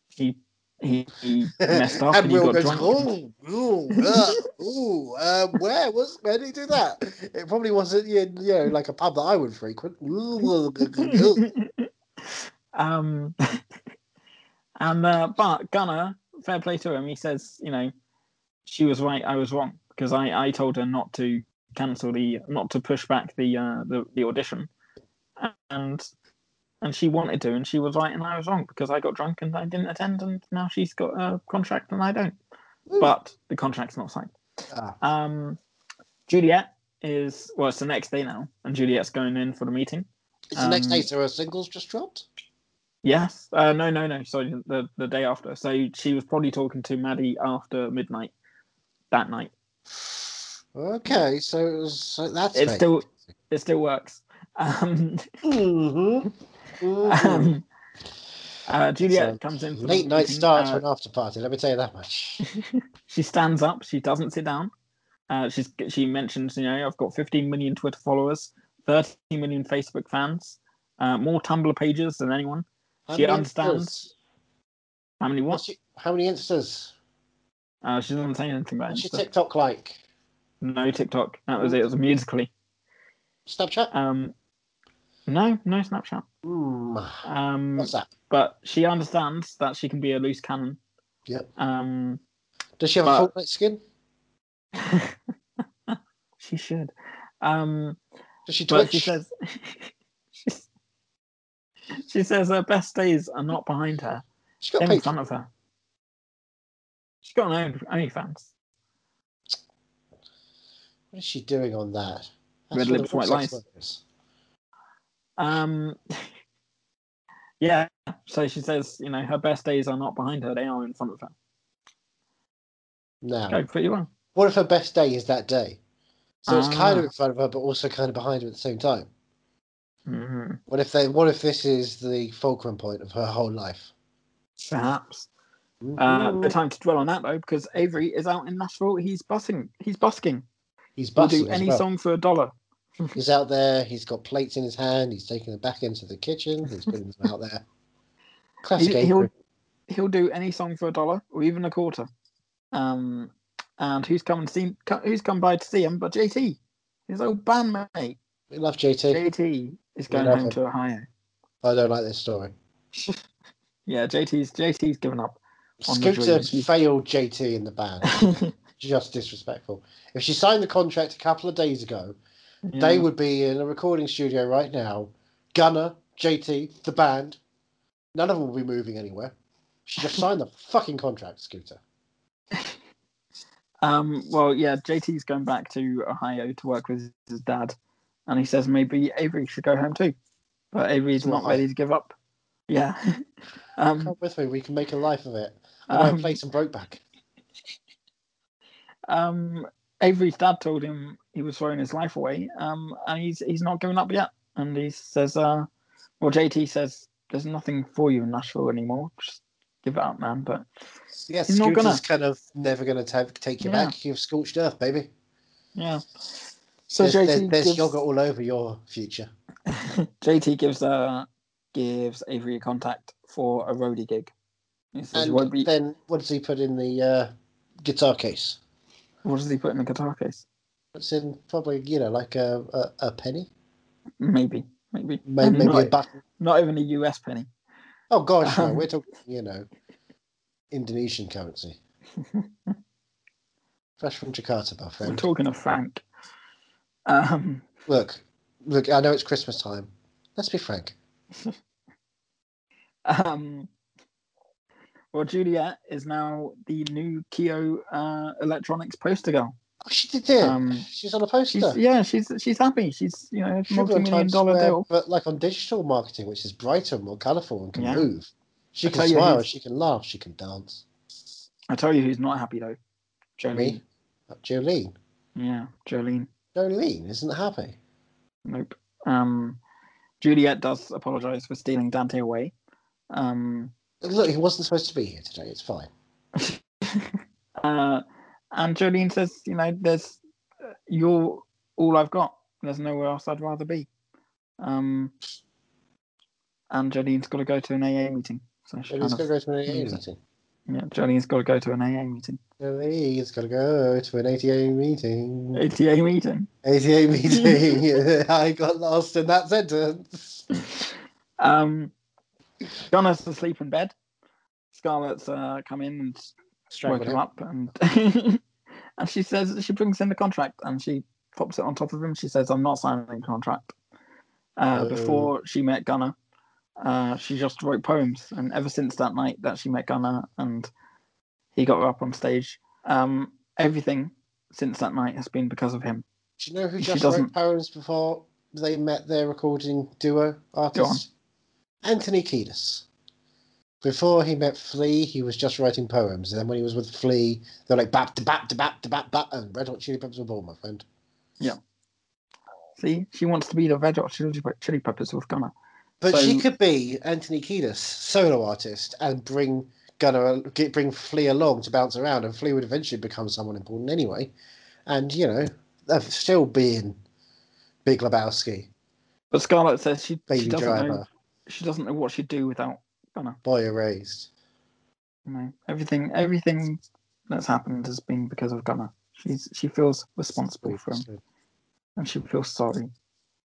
Speaker 1: he he, he messed up and,
Speaker 2: and
Speaker 1: he
Speaker 2: Will
Speaker 1: got
Speaker 2: goes, "Oh,
Speaker 1: drunk.
Speaker 2: ooh, ooh, uh, ooh, um, where was where did he do that? It probably wasn't you know like a pub that I would frequent. Ooh,
Speaker 1: um, and uh, but Gunner, fair play to him. He says, you know, she was right, I was wrong because I, I told her not to cancel the, not to push back the uh, the, the audition, and and she wanted to, and she was right, and I was wrong because I got drunk and I didn't attend, and now she's got a contract and I don't. But the contract's not signed.
Speaker 2: Hmm. Ah.
Speaker 1: Um, Juliet is well, it's the next day now, and Juliet's going in for the meeting.
Speaker 2: It's the next
Speaker 1: Um,
Speaker 2: day, so her singles just dropped.
Speaker 1: Yes. Uh, no, no, no. Sorry, the, the day after. So she was probably talking to Maddie after midnight that night.
Speaker 2: Okay, so it was, so that's
Speaker 1: It still it still works. Um,
Speaker 2: hmm
Speaker 1: um, uh, Juliet
Speaker 2: So,
Speaker 1: comes in. For the
Speaker 2: Late night
Speaker 1: meeting.
Speaker 2: starts
Speaker 1: Uh,
Speaker 2: for an after party. Let me tell you that much.
Speaker 1: she stands up. She doesn't sit down. Uh, she's she mentions, you know, I've got 15 million Twitter followers, 30 million Facebook fans, uh, more Tumblr pages than anyone.
Speaker 2: How
Speaker 1: She
Speaker 2: many
Speaker 1: understands.
Speaker 2: insters?
Speaker 1: How many what?
Speaker 2: What's she, how many insters?
Speaker 1: Uh, she doesn't say anything about
Speaker 2: What's your
Speaker 1: it.
Speaker 2: TikTok like?
Speaker 1: No TikTok. That was it. It was a musically.
Speaker 2: Snapchat?
Speaker 1: Um, no, no Snapchat.
Speaker 2: Mm.
Speaker 1: Um,
Speaker 2: What's that?
Speaker 1: but she understands that she can be a loose cannon.
Speaker 2: Yep.
Speaker 1: Um,
Speaker 2: Does she have a
Speaker 1: but-
Speaker 2: full night skin?
Speaker 1: she should. Um,
Speaker 2: Does she
Speaker 1: but
Speaker 2: twitch?
Speaker 1: she says, she, she says her best days are not behind her;
Speaker 2: She's
Speaker 1: they're
Speaker 2: got
Speaker 1: in
Speaker 2: paid.
Speaker 1: front of her. She's got an own OnlyFans.
Speaker 2: What is she doing on that?
Speaker 1: Red
Speaker 2: one of
Speaker 1: lips,
Speaker 2: the
Speaker 1: white lies.
Speaker 2: sex workers.
Speaker 1: Um, yeah. So she says, you know, her best days are not behind her; they are in front of her.
Speaker 2: Now,
Speaker 1: Go pretty well.
Speaker 2: what if her best day is that day? So it's kind of
Speaker 1: Ah.
Speaker 2: in front of her, but also kind of behind her at the same time.
Speaker 1: Mhm.
Speaker 2: What if they? What if this is the fulcrum point of her whole life? Mm-hmm.
Speaker 1: Perhaps. Uh, no time to dwell on that though, because Avery is out in Nashville. He's busking. He's busking.
Speaker 2: He's
Speaker 1: He'll
Speaker 2: busting
Speaker 1: do
Speaker 2: as
Speaker 1: any
Speaker 2: well.
Speaker 1: song for a dollar.
Speaker 2: He's out there. He's got plates in his hand. He's taking them back into the kitchen. He's putting them out there. Classic.
Speaker 1: He, he'll
Speaker 2: April.
Speaker 1: he'll do any song for a dollar or even a quarter. Um, and who's come and seen? co- Who's come by to see him? But JT, his old bandmate.
Speaker 2: We love JT.
Speaker 1: JT is
Speaker 2: We
Speaker 1: going
Speaker 2: love
Speaker 1: home
Speaker 2: him.
Speaker 1: to Ohio.
Speaker 2: I don't like this story.
Speaker 1: Yeah, JT's JT's given up. On the
Speaker 2: Scooter
Speaker 1: dream.
Speaker 2: failed JT in the band. Just disrespectful. If she signed the contract a couple of days ago, they
Speaker 1: Yeah.
Speaker 2: would be in a recording studio right now. Gunner, JT, the band. None of them will be moving anywhere. She just signed the fucking contract, Scooter.
Speaker 1: Um, well, yeah, JT's going back to Ohio to work with his dad, and he says maybe Avery should go home too, but Avery's not
Speaker 2: Why?
Speaker 1: ready to give up. Yeah. um,
Speaker 2: Come with me, we can make a life of it. And I
Speaker 1: um,
Speaker 2: play some Brokeback.
Speaker 1: um, Avery's dad told him he was throwing his life away, um, and he's he's not giving up yet. And he says, uh, well, JT says there's nothing for you in Nashville anymore. Just give it up, man. But
Speaker 2: Yeah,
Speaker 1: He's not
Speaker 2: Scooter's
Speaker 1: gonna.
Speaker 2: kind of never going to take, take you
Speaker 1: Yeah.
Speaker 2: back. You've scorched earth, baby.
Speaker 1: yeah. So
Speaker 2: there's there's,
Speaker 1: JT
Speaker 2: there's
Speaker 1: gives-
Speaker 2: yogurt all over your future.
Speaker 1: JT gives uh gives Avery a contact for a roadie gig. He says,
Speaker 2: And
Speaker 1: "You won't be-
Speaker 2: then what does he put in the uh, guitar case?
Speaker 1: what does he put in the guitar case?
Speaker 2: It's in probably, you know, like a, a, a penny,
Speaker 1: Maybe, maybe,
Speaker 2: May- maybe,
Speaker 1: not,
Speaker 2: a button.
Speaker 1: not even a US penny.
Speaker 2: Oh, gosh, no,
Speaker 1: Um,
Speaker 2: we're talking, you know, Indonesian currency. Fresh from Jakarta, my
Speaker 1: We're
Speaker 2: friend.
Speaker 1: talking of Frank. Um,
Speaker 2: Look, look, I know it's Christmas time. Let's be frank.
Speaker 1: um, well, Juliet is now the new Keo uh, electronics poster girl.
Speaker 2: Oh, she did it.
Speaker 1: Um,
Speaker 2: she's on a poster.
Speaker 1: She's, yeah, she's she's happy. She's you know
Speaker 2: Should be on
Speaker 1: multi-million
Speaker 2: Times
Speaker 1: dollar
Speaker 2: Square,
Speaker 1: deal.
Speaker 2: But like on digital marketing, which is brighter and more colourful and can
Speaker 1: Yeah.
Speaker 2: move. She
Speaker 1: I
Speaker 2: can
Speaker 1: tell you
Speaker 2: smile,
Speaker 1: who's-
Speaker 2: she can laugh, she can dance.
Speaker 1: I tell you, who's not happy though? Jolene.
Speaker 2: Me? Uh, Jolene.
Speaker 1: Yeah, Jolene.
Speaker 2: Jolene isn't happy.
Speaker 1: Nope. Um, Juliet does apologize for stealing Dante away. Um,
Speaker 2: Look, he wasn't supposed to be here today. It's fine.
Speaker 1: uh, and Jolene says, you know, there's uh, you're all I've got. There's nowhere else I'd rather be. Um, and Jolene's got to go to an AA meeting. So she
Speaker 2: Jolene's
Speaker 1: kind
Speaker 2: got to
Speaker 1: of,
Speaker 2: go to an AA
Speaker 1: leaves it.
Speaker 2: meeting.
Speaker 1: yeah, Jolene's got to go to an AA meeting.
Speaker 2: Jolene's got to go to an ATA meeting.
Speaker 1: ATA meeting.
Speaker 2: ATA meeting. I got lost in that sentence.
Speaker 1: Um, Gunner's asleep in bed. Scarlett's uh, come in and woke
Speaker 2: Strangled
Speaker 1: him
Speaker 2: him.
Speaker 1: up and and she says she brings in the contract and she pops it on top of him. She says, "I'm not signing the contract." Uh,
Speaker 2: Oh.
Speaker 1: Before she met Gunnar, uh, she just wrote poems, and ever since that night that she met Gunnar and he got her up on stage, um, everything since that night has been because of him.
Speaker 2: Do you know who
Speaker 1: She
Speaker 2: just
Speaker 1: doesn't-
Speaker 2: wrote poems before they met their recording duo artist? Anthony Kiedis. Before he met Flea, he was just writing poems. And then when he was with Flea, they're like bap, da, bap, da, bap, da, bap, bap, and Red Hot Chili Peppers were born, my friend.
Speaker 1: See, she wants to be the Red Hot Chili Pe- Chili Peppers with Gunnar.
Speaker 2: But
Speaker 1: So-
Speaker 2: she could be Anthony Kiedis, solo artist, and bring Gunnar, get, bring Flea along to bounce around, and Flea would eventually become someone important anyway. And you know, they've still been Big Lebowski,
Speaker 1: But Scarlett says she, she
Speaker 2: Baby
Speaker 1: doesn't know
Speaker 2: Driver,
Speaker 1: she doesn't know what she'd do without Gunnar.
Speaker 2: Boy Erased.
Speaker 1: you know, everything everything that's happened has been because of Gunnar. She's she feels responsible for him, and she feels sorry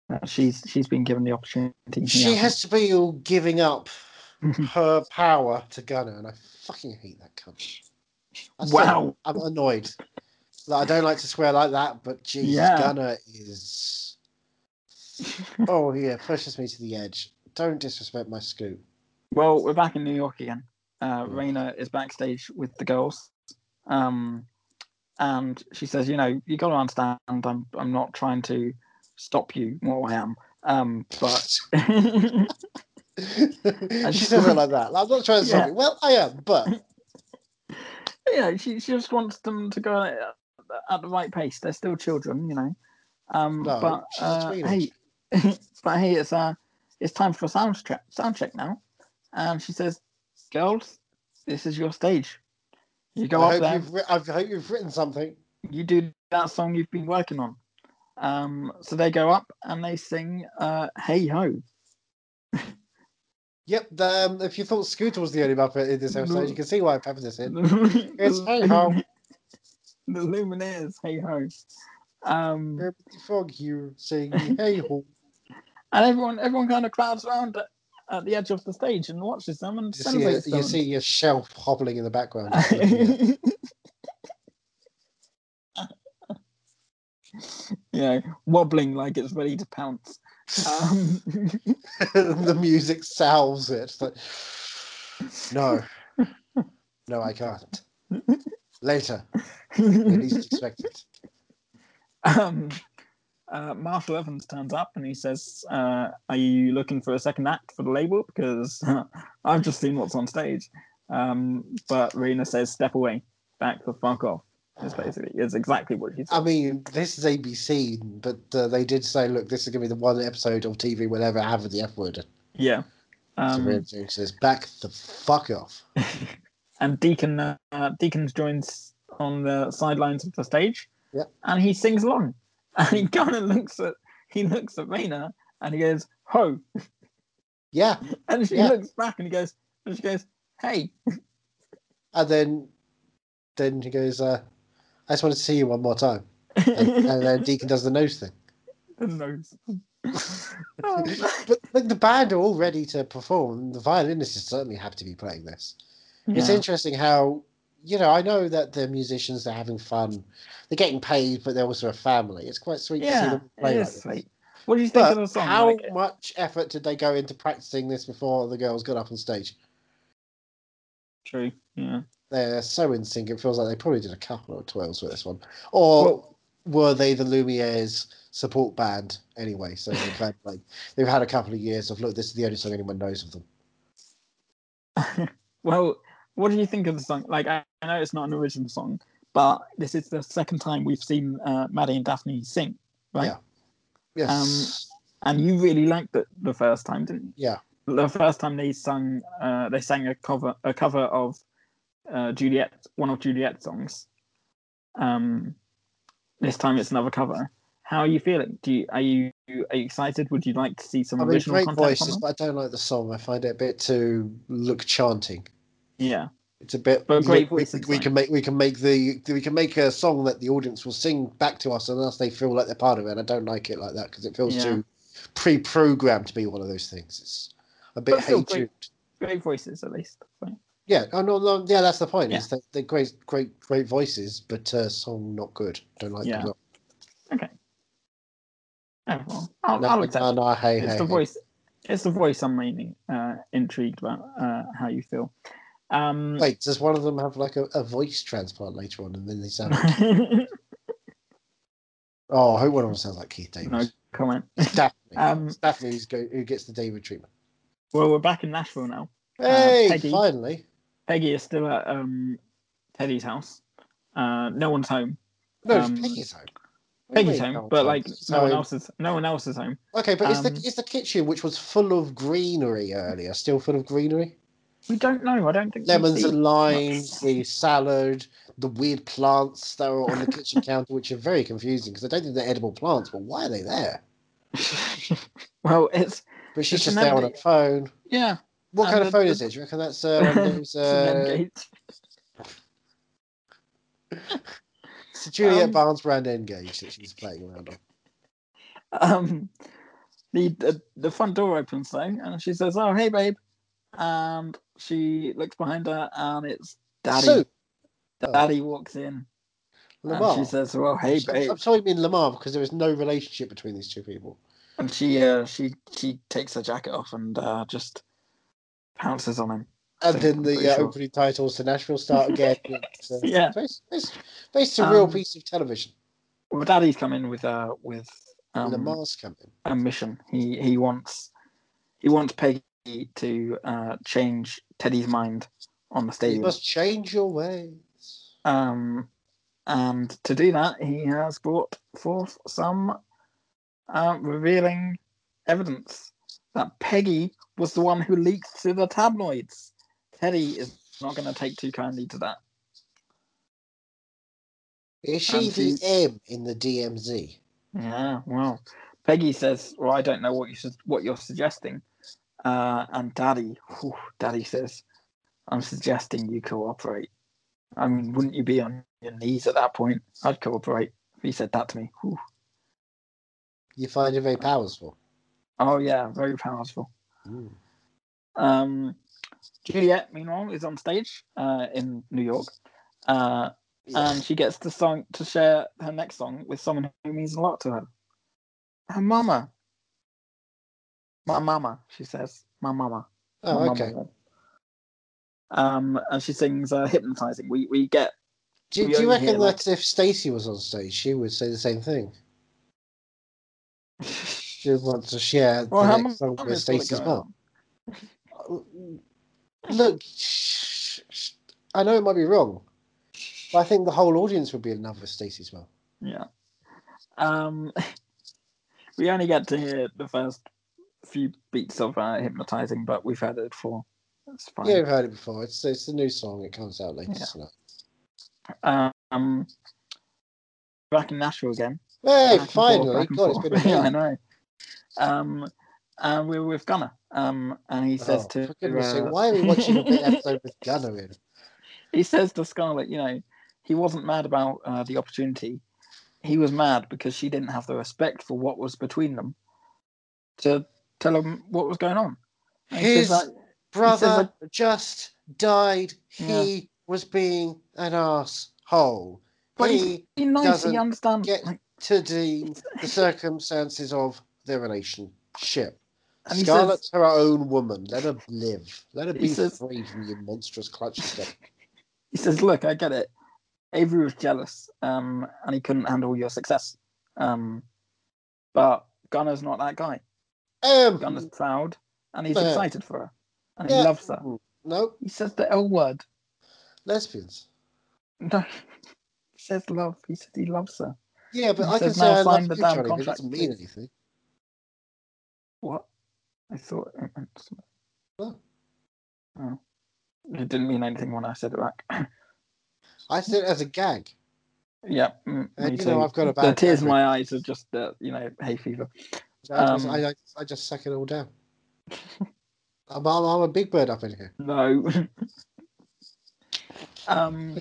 Speaker 1: that she's she's been given the opportunity.
Speaker 2: She
Speaker 1: Yeah.
Speaker 2: has to be all giving up her power to Gunner, and I fucking hate that cunt. I still-
Speaker 1: Wow.
Speaker 2: I'm annoyed. Like, I don't like to swear like that, but Jesus,
Speaker 1: Yeah.
Speaker 2: Gunner is. Oh yeah, pushes me to the edge. Don't disrespect my scoop.
Speaker 1: well, we're back in New York again. Uh,
Speaker 2: Mm.
Speaker 1: Raina is backstage with the girls, um, and she says, "You know, you got to understand. I'm I'm not trying to stop you. Well, I am, um, but."
Speaker 2: she
Speaker 1: just
Speaker 2: says it like that. Like, I'm not trying to stop
Speaker 1: Yeah.
Speaker 2: you. Well, I am, but
Speaker 1: yeah, she, she just wants them to go at, at the right pace. They're still children, you know. Um,
Speaker 2: No,
Speaker 1: but
Speaker 2: she's a
Speaker 1: uh, hey,
Speaker 2: teenager.
Speaker 1: but hey, it's uh, it's time for sound check, sound check now. And she says, "Girls, this is your stage. You go
Speaker 2: I
Speaker 1: up
Speaker 2: hope
Speaker 1: there,
Speaker 2: you've. Ri- I hope you've written something.
Speaker 1: you do that song you've been working on." Um, so they go up and they sing uh, "Hey Ho."
Speaker 2: Yep. the- um, if you thought Scooter was the only Muppet in this episode, you can see why I'm having this in.
Speaker 1: it's
Speaker 2: Hey Ho.
Speaker 1: The Lumineers, "Hey Ho." Um,
Speaker 2: Frog, you sing hey ho.
Speaker 1: and everyone, everyone kind of crowds around at, at the edge of the stage and watches them and
Speaker 2: You see, a,
Speaker 1: celebrates
Speaker 2: you see your shelf hobbling in the background. just looking at-
Speaker 1: them. you know, wobbling like it's ready to pounce. Um,
Speaker 2: the music salves it. It's like, no, no, I can't. Later, when least expected.
Speaker 1: um, uh, Marshall Evans turns up and he says, uh, "Are you looking for a second act for the label? Because I've just seen what's on stage." Um, but Rena says, "Step away, back the fuck off." It's basically it's exactly what he
Speaker 2: I
Speaker 1: said.
Speaker 2: mean, this is ABC, but uh, they did say, look, this is going to be the one episode of TV we'll ever have with the F word.
Speaker 1: Yeah.
Speaker 2: so
Speaker 1: Um,
Speaker 2: Rian Jones says, back the fuck off.
Speaker 1: and Deacon uh, Deacon joins on the sidelines of the stage,
Speaker 2: Yep.
Speaker 1: and he sings along, and
Speaker 2: Mm.
Speaker 1: he kind of looks at he looks at Raina and he goes ho,
Speaker 2: Yeah.
Speaker 1: and she
Speaker 2: Yeah.
Speaker 1: looks back and he goes and she goes hey,
Speaker 2: And then then he goes, uh, I just wanted to see you one more time. And, and then Deacon does the nose thing.
Speaker 1: nose.
Speaker 2: But like the band are all ready to perform. The violinist is certainly happy to be playing this. It's interesting how, you know, I know that the musicians are having fun. They're getting paid, but they're also a family. It's quite sweet to see
Speaker 1: yeah,
Speaker 2: them
Speaker 1: it
Speaker 2: play like
Speaker 1: is
Speaker 2: this.
Speaker 1: sweet. What do you think of the
Speaker 2: But
Speaker 1: song?
Speaker 2: how
Speaker 1: Like,
Speaker 2: much effort did they go into practicing this before the girls got up on stage?
Speaker 1: true. Yeah.
Speaker 2: They're so in sync. It feels like they probably did a couple of twirls with this one, or
Speaker 1: Well-
Speaker 2: were they the Lumieres support band anyway? So they kind of like they've had a couple of years of look. This is the only song anyone knows of them.
Speaker 1: Well, what do you think of the song? Like, I, I know it's not an original song, but this is the second time we've seen uh, Maddie and Daphne sing, right?
Speaker 2: Yeah. Yes,
Speaker 1: And you really liked it the first time, didn't you?
Speaker 2: Yeah.
Speaker 1: The first time they sung, uh, they sang a cover, a cover of uh, Juliet, one of Juliet's songs. Um, this time it's another cover. How are you feeling? Do you are you, are you excited? Would you like to see some
Speaker 2: I mean
Speaker 1: Um, original
Speaker 2: great
Speaker 1: content?
Speaker 2: voices,
Speaker 1: from them?
Speaker 2: but I don't like the song. I find it a bit too look chanting.
Speaker 1: Yeah.
Speaker 2: It's a bit.
Speaker 1: But great
Speaker 2: look, we-
Speaker 1: voices,
Speaker 2: We,
Speaker 1: like-
Speaker 2: can make we can make the we can make a song that the audience will sing back to us unless they feel like they're part of it. And I don't like it like that because it feels
Speaker 1: Yeah.
Speaker 2: too pre-programmed to be one of those things. It's a bit
Speaker 1: But still
Speaker 2: hate
Speaker 1: great. Great voices, at least. So,
Speaker 2: Yeah, oh, no, no, yeah, that's the point.
Speaker 1: Yeah.
Speaker 2: Is that they're great, great, great voices, but uh, song not good. Don't like
Speaker 1: Yeah.
Speaker 2: them.
Speaker 1: oh, well, I'll,
Speaker 2: No,
Speaker 1: I'll accept.
Speaker 2: no, no, hey,
Speaker 1: it's
Speaker 2: hey,
Speaker 1: the
Speaker 2: hey.
Speaker 1: voice. It's the voice I'm mainly uh, intrigued about uh, how you feel. Um,
Speaker 2: Wait, does one of them have like a, a voice transplant later on, and then they sound? Like,
Speaker 1: no
Speaker 2: oh, I hope one of them sounds like Keith David.
Speaker 1: comment.
Speaker 2: It's Daphne.
Speaker 1: Um,
Speaker 2: It's Daphne who's go, who gets the David treatment.
Speaker 1: Well, we're back in Nashville now.
Speaker 2: Hey,
Speaker 1: um, Peggy.
Speaker 2: finally.
Speaker 1: Peggy is still at um, Teddy's house. Uh, no one's home.
Speaker 2: No,
Speaker 1: Um,
Speaker 2: Peggy's home. What do you
Speaker 1: Peggy's
Speaker 2: mean,
Speaker 1: home,
Speaker 2: no
Speaker 1: but like
Speaker 2: one's home?
Speaker 1: no one
Speaker 2: So-
Speaker 1: else is. No one else is home.
Speaker 2: Okay, but is the
Speaker 1: um,
Speaker 2: is the kitchen, which was full of greenery earlier, still full of greenery?
Speaker 1: We don't know. I don't think we
Speaker 2: lemons
Speaker 1: see
Speaker 2: and limes, the salad, the weird plants that are on the kitchen counter, which are very confusing because I don't think they're edible plants, but why are they there?
Speaker 1: well, it's
Speaker 2: But she's
Speaker 1: It's
Speaker 2: just
Speaker 1: an
Speaker 2: there on her
Speaker 1: empty-
Speaker 2: phone.
Speaker 1: yeah.
Speaker 2: What
Speaker 1: And
Speaker 2: kind of
Speaker 1: the-
Speaker 2: phone
Speaker 1: the-
Speaker 2: is it? Do you reckon that's uh, one of those,
Speaker 1: it's an end
Speaker 2: uh,
Speaker 1: gate.
Speaker 2: it's a Juliet
Speaker 1: Um,
Speaker 2: Barnes brand Engage that she's playing around on?
Speaker 1: Um, the, the the front door opens though, and she says, "Oh, hey, babe," and she looks behind her, and it's Daddy.
Speaker 2: So, Oh.
Speaker 1: Daddy walks in,
Speaker 2: Lamar.
Speaker 1: and she says, "Well, hey, babe."
Speaker 2: I'm sorry, I mean Lamar because there is no relationship between these two people.
Speaker 1: And she uh, she she takes her jacket off and uh, just pounces on him.
Speaker 2: And
Speaker 1: think
Speaker 2: then
Speaker 1: I'm
Speaker 2: the
Speaker 1: pretty
Speaker 2: uh,
Speaker 1: sure.
Speaker 2: opening titles to Nashville start again. It's, uh,
Speaker 1: Yeah.
Speaker 2: it's, it's, it's a real
Speaker 1: Um,
Speaker 2: piece of television.
Speaker 1: Well, Daddy's come in with uh with
Speaker 2: And
Speaker 1: um,
Speaker 2: Lamar's coming.
Speaker 1: a mission. He he wants he wants Peggy to uh, change Teddy's mind on the
Speaker 2: You
Speaker 1: stadium.
Speaker 2: must change your ways.
Speaker 1: Um, and to do that, he has brought forth some uh, revealing evidence that Peggy was the one who leaked to the tabloids. Teddy is not going to take too kindly to that.
Speaker 2: Is she
Speaker 1: And
Speaker 2: the
Speaker 1: she's-
Speaker 2: M in the DMZ?
Speaker 1: Yeah, well, Peggy says, "Well, I don't know what you su- what you're suggesting," uh, and Daddy, whew, Daddy says, "I'm suggesting you cooperate." I mean, wouldn't you be on your knees at that point? I'd cooperate if he said that to me. Whew.
Speaker 2: You find it
Speaker 1: Uh,
Speaker 2: very powerful.
Speaker 1: Oh yeah, very powerful.
Speaker 2: Mm.
Speaker 1: Um, Juliet, meanwhile, is on stage uh, in New York, uh, and she gets to song to share her next song with someone who means a lot to her. Her mama. My mama, she says. My mama. My
Speaker 2: Oh,
Speaker 1: mama
Speaker 2: okay.
Speaker 1: won. Um, and she sings uh, "Hypnotizing." We we get
Speaker 2: Do,
Speaker 1: We
Speaker 2: do you
Speaker 1: only hear,
Speaker 2: reckon
Speaker 1: like-
Speaker 2: that if Stacey was on stage, she would say the same thing? She would want to share
Speaker 1: well,
Speaker 2: the
Speaker 1: her
Speaker 2: next song
Speaker 1: mama
Speaker 2: with
Speaker 1: is full of
Speaker 2: Stacey's
Speaker 1: going
Speaker 2: mum.
Speaker 1: on.
Speaker 2: Look, sh- sh- I know it might be wrong, but I think the whole audience would be in love with Stacey's mum.
Speaker 1: Yeah. Um, we only get to hear the first few beats of uh, "Hypnotizing," but we've heard it before. It's fine.
Speaker 2: Yeah, we've heard it before. It's it's a new song. It comes out later
Speaker 1: Yeah.
Speaker 2: tonight.
Speaker 1: Um, back in Nashville again.
Speaker 2: Hey,
Speaker 1: Back and forth,
Speaker 2: finally!
Speaker 1: back and
Speaker 2: God, it's
Speaker 1: forth.
Speaker 2: been a minute.
Speaker 1: yeah, I know. Um, and we were with Gunnar. Um, and he says
Speaker 2: Oh,
Speaker 1: to
Speaker 2: for goodness' sake,
Speaker 1: uh,
Speaker 2: why are we watching a bit episode with Gunner in?
Speaker 1: he says to Scarlett, you know, he wasn't mad about uh, the opportunity. He was mad because she didn't have the respect for what was between them to tell him what was going on. And he says
Speaker 2: His
Speaker 1: that-
Speaker 2: brother just died. He was being an asshole.
Speaker 1: But he's-
Speaker 2: he
Speaker 1: he knows
Speaker 2: doesn't
Speaker 1: he understands.
Speaker 2: get-
Speaker 1: like,
Speaker 2: to deem the circumstances of their relationship.
Speaker 1: and he
Speaker 2: Scarlett's
Speaker 1: says,
Speaker 2: her own woman. Let her live. Let her
Speaker 1: He
Speaker 2: be
Speaker 1: says-
Speaker 2: free from your monstrous Um, clutch stuff.
Speaker 1: he says, look, I get it. Avery was jealous, um, and he couldn't handle your success. Um, but Gunner's not that guy. Gunner's
Speaker 2: Um,
Speaker 1: proud, and he's
Speaker 2: Yeah.
Speaker 1: excited for her, and
Speaker 2: Yeah.
Speaker 1: he loves her.
Speaker 2: no,
Speaker 1: He says the L word.
Speaker 2: lesbians.
Speaker 1: No, he says love. He said he loves her.
Speaker 2: Yeah, but
Speaker 1: He
Speaker 2: I can
Speaker 1: says,
Speaker 2: say
Speaker 1: "Now
Speaker 2: I love
Speaker 1: sign
Speaker 2: you,
Speaker 1: the
Speaker 2: Johnny,
Speaker 1: damn
Speaker 2: but it
Speaker 1: contract,
Speaker 2: doesn't mean
Speaker 1: please."
Speaker 2: anything.
Speaker 1: What? I thought it meant something.
Speaker 2: No.
Speaker 1: Oh. It didn't mean anything when I said it back.
Speaker 2: I said it as a gag.
Speaker 1: yeah. mm,
Speaker 2: And
Speaker 1: me
Speaker 2: you know
Speaker 1: too.
Speaker 2: I've got a
Speaker 1: the
Speaker 2: bad
Speaker 1: tears in
Speaker 2: memory.
Speaker 1: my eyes are just the you know hay fever.
Speaker 2: I, just,
Speaker 1: Um,
Speaker 2: I, I, I just suck it all down. I'm, I'm, I'm a big bird up in here.
Speaker 1: No. um,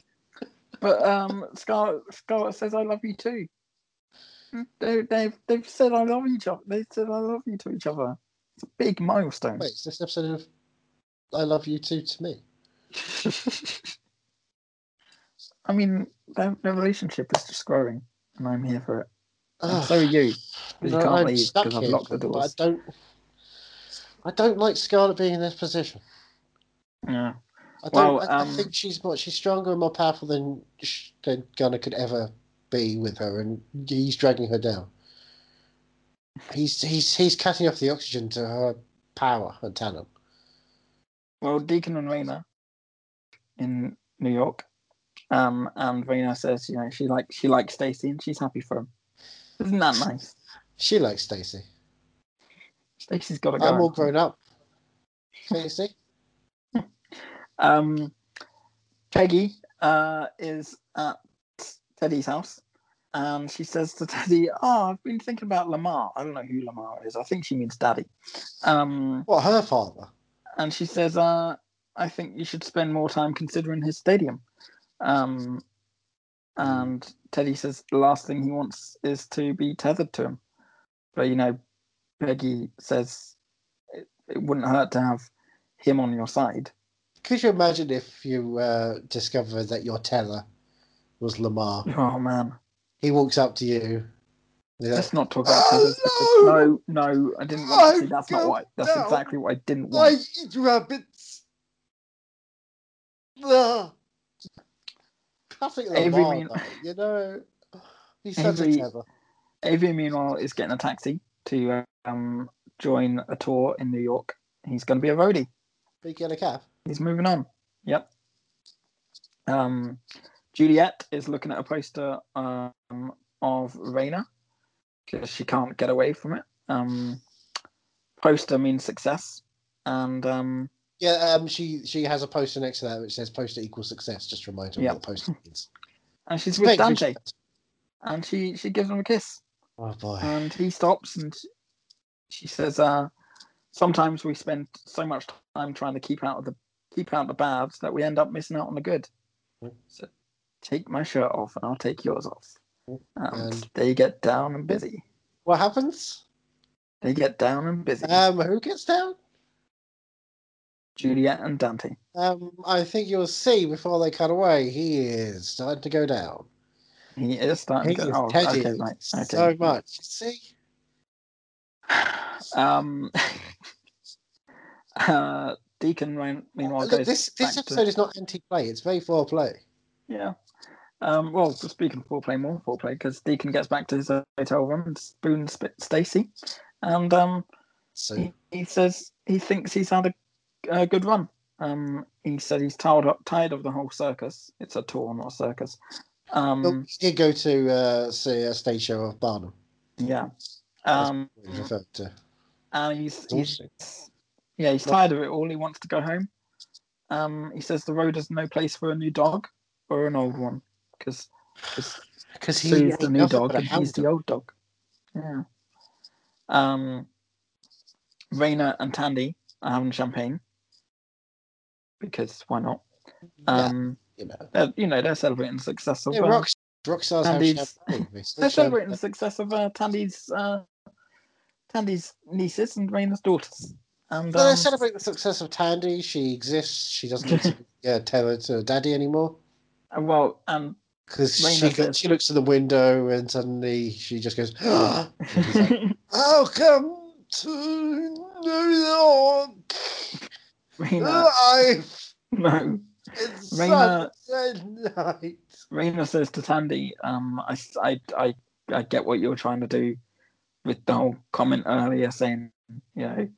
Speaker 1: but um, Scarlett Scarlett says I love you too. They, they've they've said I love each other. They said I love you to each other. It's a big milestone.
Speaker 2: Wait, is this an episode of I Love You Too to me?
Speaker 1: I mean, their, their relationship is just growing, and I'm here for it. And
Speaker 2: Ugh.
Speaker 1: so are you. 'cause you
Speaker 2: No,
Speaker 1: can't
Speaker 2: I'm
Speaker 1: leave
Speaker 2: stuck
Speaker 1: because I've
Speaker 2: here,
Speaker 1: locked the
Speaker 2: but
Speaker 1: doors.
Speaker 2: I don't. I don't like Scarlet being in this position.
Speaker 1: Yeah.
Speaker 2: I don't.
Speaker 1: Well,
Speaker 2: I, I
Speaker 1: um,
Speaker 2: think she's more. She's stronger and more powerful than sh- than Gunner could ever be with her, and he's dragging her down. He's he's he's cutting off the oxygen to her power and talent.
Speaker 1: Well, Deacon and Raina in New York, um, and Raina says, you know, she like she likes Stacy and she's happy for him. Isn't that nice?
Speaker 2: She likes Stacy.
Speaker 1: Stacy's got to go.
Speaker 2: I'm all grown up. Stacy.
Speaker 1: Um, Peggy uh, is at Teddy's house, and she says to Teddy, "Oh, I've been thinking about Lamar. I don't know who Lamar is. I think she means Daddy." Um,
Speaker 2: What her father?
Speaker 1: and she says, uh, "I think you should spend more time considering his stadium." Um, and Teddy says the last thing he wants is to be tethered to him. But you know, Peggy says it, it wouldn't hurt to have him on your side.
Speaker 2: Could you imagine if you uh, discover that your teller was Lamar?
Speaker 1: Oh man.
Speaker 2: He walks up to you. He's like,
Speaker 1: Let's not talk about
Speaker 2: Oh,
Speaker 1: Tethers. No, no, I didn't want to.
Speaker 2: Oh,
Speaker 1: See, that's not why. That's
Speaker 2: no.
Speaker 1: exactly what I didn't
Speaker 2: I
Speaker 1: want.
Speaker 2: eat rabbits. Ugh. Classic
Speaker 1: Every
Speaker 2: Lamar,
Speaker 1: mean-
Speaker 2: though, you know. He's such
Speaker 1: Every-
Speaker 2: a clever.
Speaker 1: Avi, meanwhile, is getting a taxi to um, join a tour in New York. He's going to be a roadie.
Speaker 2: Big yellow cab.
Speaker 1: He's moving on. Yep. Um, Juliet is looking at a poster um, of Raina because she can't get away from it. Um, poster means success, and um,
Speaker 2: Yeah, um, she she has a poster next to that which says "poster equals success." Just to remind her
Speaker 1: Yeah.
Speaker 2: what the poster means.
Speaker 1: and she's
Speaker 2: Thank
Speaker 1: with
Speaker 2: you,
Speaker 1: Dante,
Speaker 2: Richard.
Speaker 1: and she she gives him a kiss,
Speaker 2: Oh boy.
Speaker 1: and he stops and she says uh sometimes we spend so much time trying to keep out of the keep out the baths that we end up missing out on the good
Speaker 2: Mm.
Speaker 1: so take my shirt off and i'll take yours off
Speaker 2: Mm,
Speaker 1: and,
Speaker 2: and-
Speaker 1: they get down and busy
Speaker 2: what happens?
Speaker 1: they get down and busy
Speaker 2: Um, who gets down?
Speaker 1: juliet and dante
Speaker 2: Um, I think you'll see before they cut away. He is starting to go down.
Speaker 1: he is starting
Speaker 2: He
Speaker 1: to
Speaker 2: is
Speaker 1: go, oh,
Speaker 2: tedding
Speaker 1: okay, right, okay.
Speaker 2: so much. See,
Speaker 1: um uh deacon Ryan, meanwhile
Speaker 2: Look,
Speaker 1: goes
Speaker 2: this
Speaker 1: back
Speaker 2: this
Speaker 1: to-
Speaker 2: episode is not anti-play. It's very foreplay.
Speaker 1: Yeah. Um, well, speaking of foreplay, more foreplay, because Deacon gets back to his uh, hotel room and spoons Sp- Stacy, and um,
Speaker 2: So
Speaker 1: he, he says he thinks he's had a, a good run. Um, he said he's tired up, tired of the whole circus. It's a tour, not a circus.
Speaker 2: Look,
Speaker 1: Um,
Speaker 2: he did go to uh, see a stage show of Barnum.
Speaker 1: yeah. Um,
Speaker 2: What he referred to.
Speaker 1: and he's, he's
Speaker 2: Exhausting.
Speaker 1: yeah, he's tired of it all. He wants to go home. Um, he says the road is no place for a new dog or an old one because
Speaker 2: Because he
Speaker 1: Sue's
Speaker 2: ain't
Speaker 1: the new
Speaker 2: nothing
Speaker 1: dog
Speaker 2: but a
Speaker 1: and he's
Speaker 2: hound
Speaker 1: the old dog. Yeah. Um, Raina and Tandy are having champagne because why not?
Speaker 2: dog,
Speaker 1: Um,
Speaker 2: you know.
Speaker 1: they're- you know they're celebrating the success of
Speaker 2: Yeah,
Speaker 1: uh,
Speaker 2: rock, rock stars have
Speaker 1: Andy's-
Speaker 2: champagne.
Speaker 1: they're celebrating the success of uh, Tandy's uh, Tandy's nieces and Raina's daughters. And
Speaker 2: Well,
Speaker 1: um,
Speaker 2: they celebrate the success of Tandy. She exists. She doesn't need to be a tether to her daddy anymore
Speaker 1: well, um,
Speaker 2: because
Speaker 1: Raina
Speaker 2: she go-
Speaker 1: says-
Speaker 2: she looks in the window and suddenly she just goes, "Ah." And he's like, "How come to New
Speaker 1: Raina,
Speaker 2: York? Life
Speaker 1: no,
Speaker 2: is
Speaker 1: Raina-
Speaker 2: Saturday night."
Speaker 1: Raina says to Tandy, um, I, s- I, I, I get what you're trying to do with the whole comment earlier saying, you know,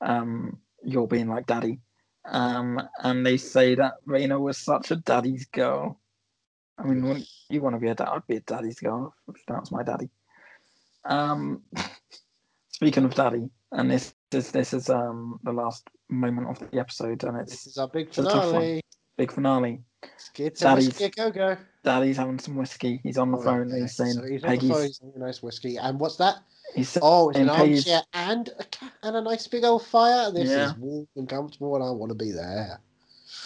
Speaker 1: um, you're being like daddy. Um, and they say that Raina was such a daddy's girl. I mean, wouldn't you want to be a dad? I'd be a daddy's girl if that was my daddy. Um, speaking of daddy, and this is this is um the last moment of the episode, and
Speaker 2: This
Speaker 1: it's
Speaker 2: is our big
Speaker 1: It's a tough one.
Speaker 2: finale.
Speaker 1: big finale.
Speaker 2: Get some
Speaker 1: Daddy's-
Speaker 2: whiskey, go go.
Speaker 1: Daddy's having some whiskey. He's on the phone. and He's saying
Speaker 2: Oh, so he's on the
Speaker 1: Peggy's.
Speaker 2: phone. He's having a nice whiskey. And what's that?
Speaker 1: he's saying,
Speaker 2: Oh, it's an
Speaker 1: And Peggy's-
Speaker 2: armchair and a cat and a nice big old fire. This
Speaker 1: Yeah.
Speaker 2: is warm and comfortable, and I want to be there.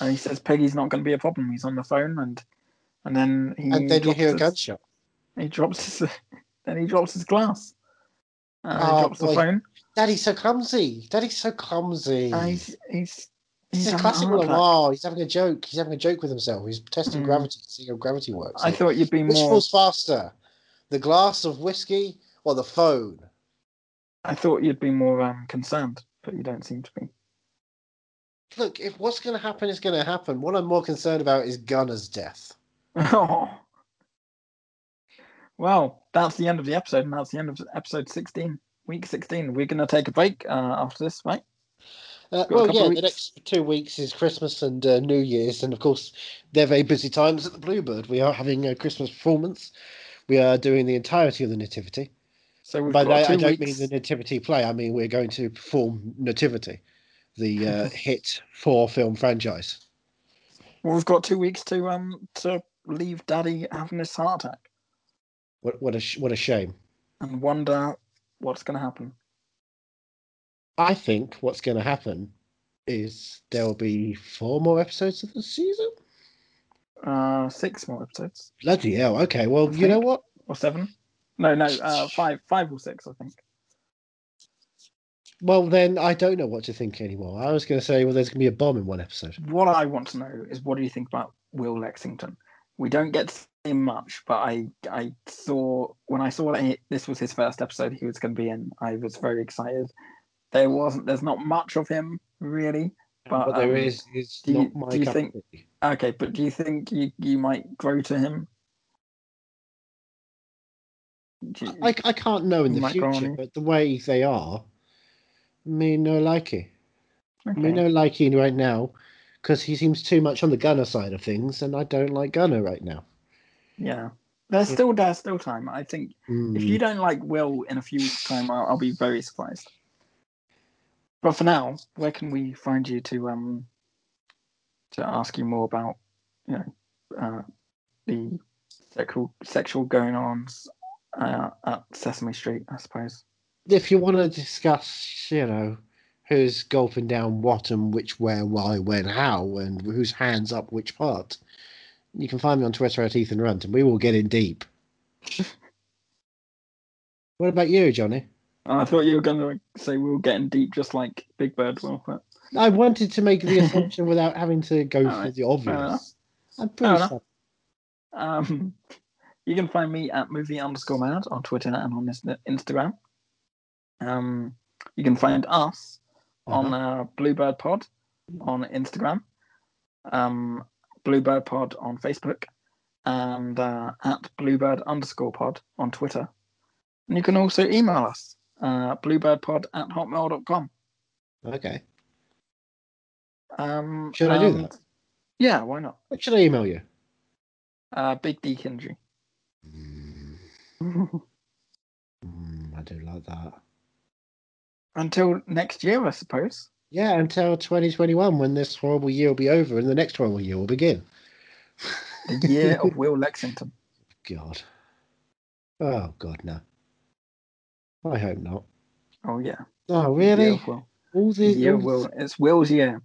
Speaker 1: and he says Peggy's not going to be a problem. He's on the phone, and and then he
Speaker 2: And then you
Speaker 1: drops
Speaker 2: hear a
Speaker 1: his-
Speaker 2: gunshot.
Speaker 1: He drops his then he drops his glass. And he
Speaker 2: Oh,
Speaker 1: drops the
Speaker 2: boy.
Speaker 1: phone.
Speaker 2: Daddy's so clumsy. Daddy's so clumsy.
Speaker 1: And he's he's he's
Speaker 2: This is
Speaker 1: having a
Speaker 2: classic
Speaker 1: heart
Speaker 2: one.
Speaker 1: attack.
Speaker 2: Oh, he's having a joke. He's having a joke with himself. He's testing
Speaker 1: Mm.
Speaker 2: gravity, seeing how gravity works.
Speaker 1: I thought you'd be
Speaker 2: Which
Speaker 1: more.
Speaker 2: falls faster, the glass of whiskey or the phone?
Speaker 1: I thought you'd be more um, concerned, but you don't seem to be.
Speaker 2: Look, if what's going to happen is going to happen, what I'm more concerned about is Gunner's death.
Speaker 1: Oh. Well, that's the end of the episode, and that's the end of episode sixteen, week sixteen. We're gonna take a break uh, after this, right?
Speaker 2: Uh,
Speaker 1: Got a
Speaker 2: well,
Speaker 1: couple
Speaker 2: yeah,
Speaker 1: of
Speaker 2: the
Speaker 1: weeks.
Speaker 2: next two weeks is Christmas and uh, New Year's, and of course, they're very busy times at the Bluebird. We are having a Christmas performance. We are doing the entirety of the Nativity.
Speaker 1: So we've
Speaker 2: By
Speaker 1: got
Speaker 2: that,
Speaker 1: two
Speaker 2: I don't
Speaker 1: weeks.
Speaker 2: mean the Nativity play. I mean we're going to perform Nativity, the uh, hit four film franchise.
Speaker 1: Well, we've got two weeks to um to leave Daddy having this heart attack
Speaker 2: What what a sh- what a shame.
Speaker 1: and wonder what's gonna happen.
Speaker 2: I think what's going to happen is there will be four more episodes of the season.
Speaker 1: Uh, six more episodes
Speaker 2: Bloody hell! Okay, well
Speaker 1: I
Speaker 2: you know
Speaker 1: think-
Speaker 2: what?
Speaker 1: or seven? No, no, uh, five, five or six, I think.
Speaker 2: Well then, I don't know what to think anymore. I was going to say, well, there's going to be a bomb in one episode.
Speaker 1: What I want to know is what do you think about Will Lexington? We don't get to see him much, but I I saw when I saw that he, this was his first episode he was going to be in. I was very excited. There wasn't. There's not much of him really. But,
Speaker 2: But, there
Speaker 1: um,
Speaker 2: is is
Speaker 1: do you-
Speaker 2: not my
Speaker 1: do you
Speaker 2: cup
Speaker 1: think-
Speaker 2: of tea.
Speaker 1: Okay, but do you think you, you might grow to him? Do you-
Speaker 2: I, I can't know in the
Speaker 1: Mike
Speaker 2: future,
Speaker 1: Barney.
Speaker 2: but the way they are, me no like it. Me
Speaker 1: okay.
Speaker 2: no like him right now, because he seems too much on the Gunner side of things, and I don't like Gunner right now.
Speaker 1: Yeah. There's
Speaker 2: Yeah.
Speaker 1: still there's still time. I think if
Speaker 2: Mm.
Speaker 1: you don't like Will in a few weeks' time, I'll, I'll be very surprised. But for now, where can we find you to um to ask you more about you know uh, the sexual sexual going ons uh, at Sesame Street, I suppose.
Speaker 2: If you want to discuss, you know, who's gulping down what and which, where, why, when, how, and whose hands up which part, you can find me on Twitter at Ethan Runt, and we will get in deep. what about you, Johnny?
Speaker 1: I thought you were going to say we were getting deep, just like Big Bird will. But
Speaker 2: I wanted to make the assumption without having to go
Speaker 1: All
Speaker 2: for
Speaker 1: right,
Speaker 2: the
Speaker 1: enough.
Speaker 2: obvious. I'm
Speaker 1: Fair
Speaker 2: pretty
Speaker 1: enough.
Speaker 2: sure.
Speaker 1: um, you can find me at movie underscore mad on Twitter and on Insta- Instagram. Um, you can find us on
Speaker 2: Uh-huh.
Speaker 1: uh, Bluebird Pod on Instagram, um, Bluebird Pod on Facebook, and uh, at Bluebird underscore pod on Twitter. And you can also email us, uh, bluebirdpod at hotmail.com.
Speaker 2: Okay.
Speaker 1: Um,
Speaker 2: Should I do
Speaker 1: and-
Speaker 2: that?
Speaker 1: Yeah, why not?
Speaker 2: What should I email you?
Speaker 1: Uh, Big D Kindry.
Speaker 2: Mm, I do like that.
Speaker 1: Until next year, I suppose.
Speaker 2: Yeah, until 2021, when this horrible year will be over and the next horrible year will begin.
Speaker 1: The year of Will Lexington.
Speaker 2: God. Oh, God, no. I hope not.
Speaker 1: Oh, yeah.
Speaker 2: Oh,
Speaker 1: the Year
Speaker 2: really?
Speaker 1: of Will.
Speaker 2: All
Speaker 1: The
Speaker 2: the.
Speaker 1: year
Speaker 2: all
Speaker 1: of
Speaker 2: the-
Speaker 1: Will. It's Will's year.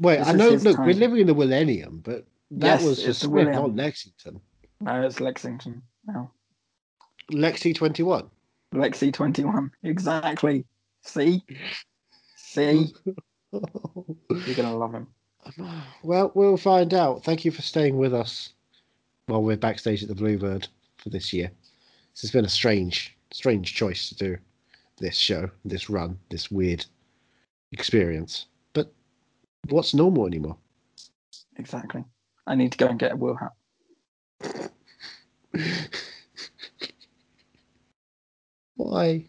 Speaker 2: Wait,
Speaker 1: This
Speaker 2: I
Speaker 1: is
Speaker 2: know,
Speaker 1: his
Speaker 2: look, we're
Speaker 1: time.
Speaker 2: living in the millennium, but that
Speaker 1: Yes,
Speaker 2: was for
Speaker 1: it's the
Speaker 2: Smith,
Speaker 1: millennium.
Speaker 2: not Lexington.
Speaker 1: No, it's Lexington now.
Speaker 2: Lexi 21.
Speaker 1: Lexi 21. Exactly. See? See? You're going to love him.
Speaker 2: well, we'll find out. Thank you for staying with us while we're backstage at the Bluebird for this year. This has been a strange, strange choice to do this show, this run, this weird experience. But what's normal anymore?
Speaker 1: Exactly. I need to go and get a wheel hat.
Speaker 2: Why?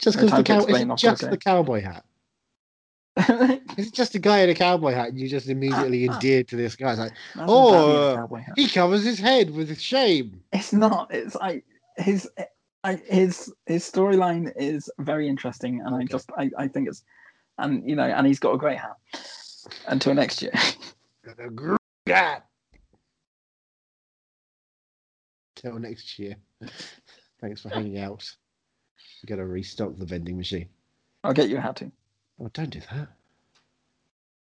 Speaker 2: Just
Speaker 1: No
Speaker 2: because the
Speaker 1: time to
Speaker 2: cow is
Speaker 1: explain
Speaker 2: it
Speaker 1: off
Speaker 2: just
Speaker 1: the
Speaker 2: the cowboy hat? Is it just a guy in a cowboy hat and you just immediately
Speaker 1: Ah, ah.
Speaker 2: endeared to this guy? It's like
Speaker 1: That's
Speaker 2: Oh,
Speaker 1: exactly a cowboy hat.
Speaker 2: he covers his head with shame.
Speaker 1: It's not. It's I his I, his his storyline is very interesting, and I
Speaker 2: Okay.
Speaker 1: just I, I think it's and you know and he's got a great hat. Until next year.
Speaker 2: Got a gr- hat. Till next year. Thanks for hanging out. We gotta restock the vending machine.
Speaker 1: I'll get you a hat too.
Speaker 2: Oh, don't do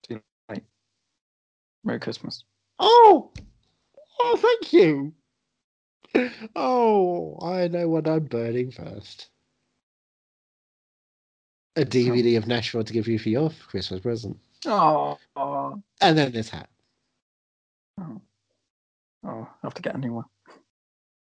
Speaker 2: that.
Speaker 1: Merry Christmas.
Speaker 2: Oh, oh, thank you. Oh, I know what I'm burning first. A DVD of Nashville to give you for your Christmas present,
Speaker 1: Oh, oh,
Speaker 2: and then this hat.
Speaker 1: oh, I have to get a new one.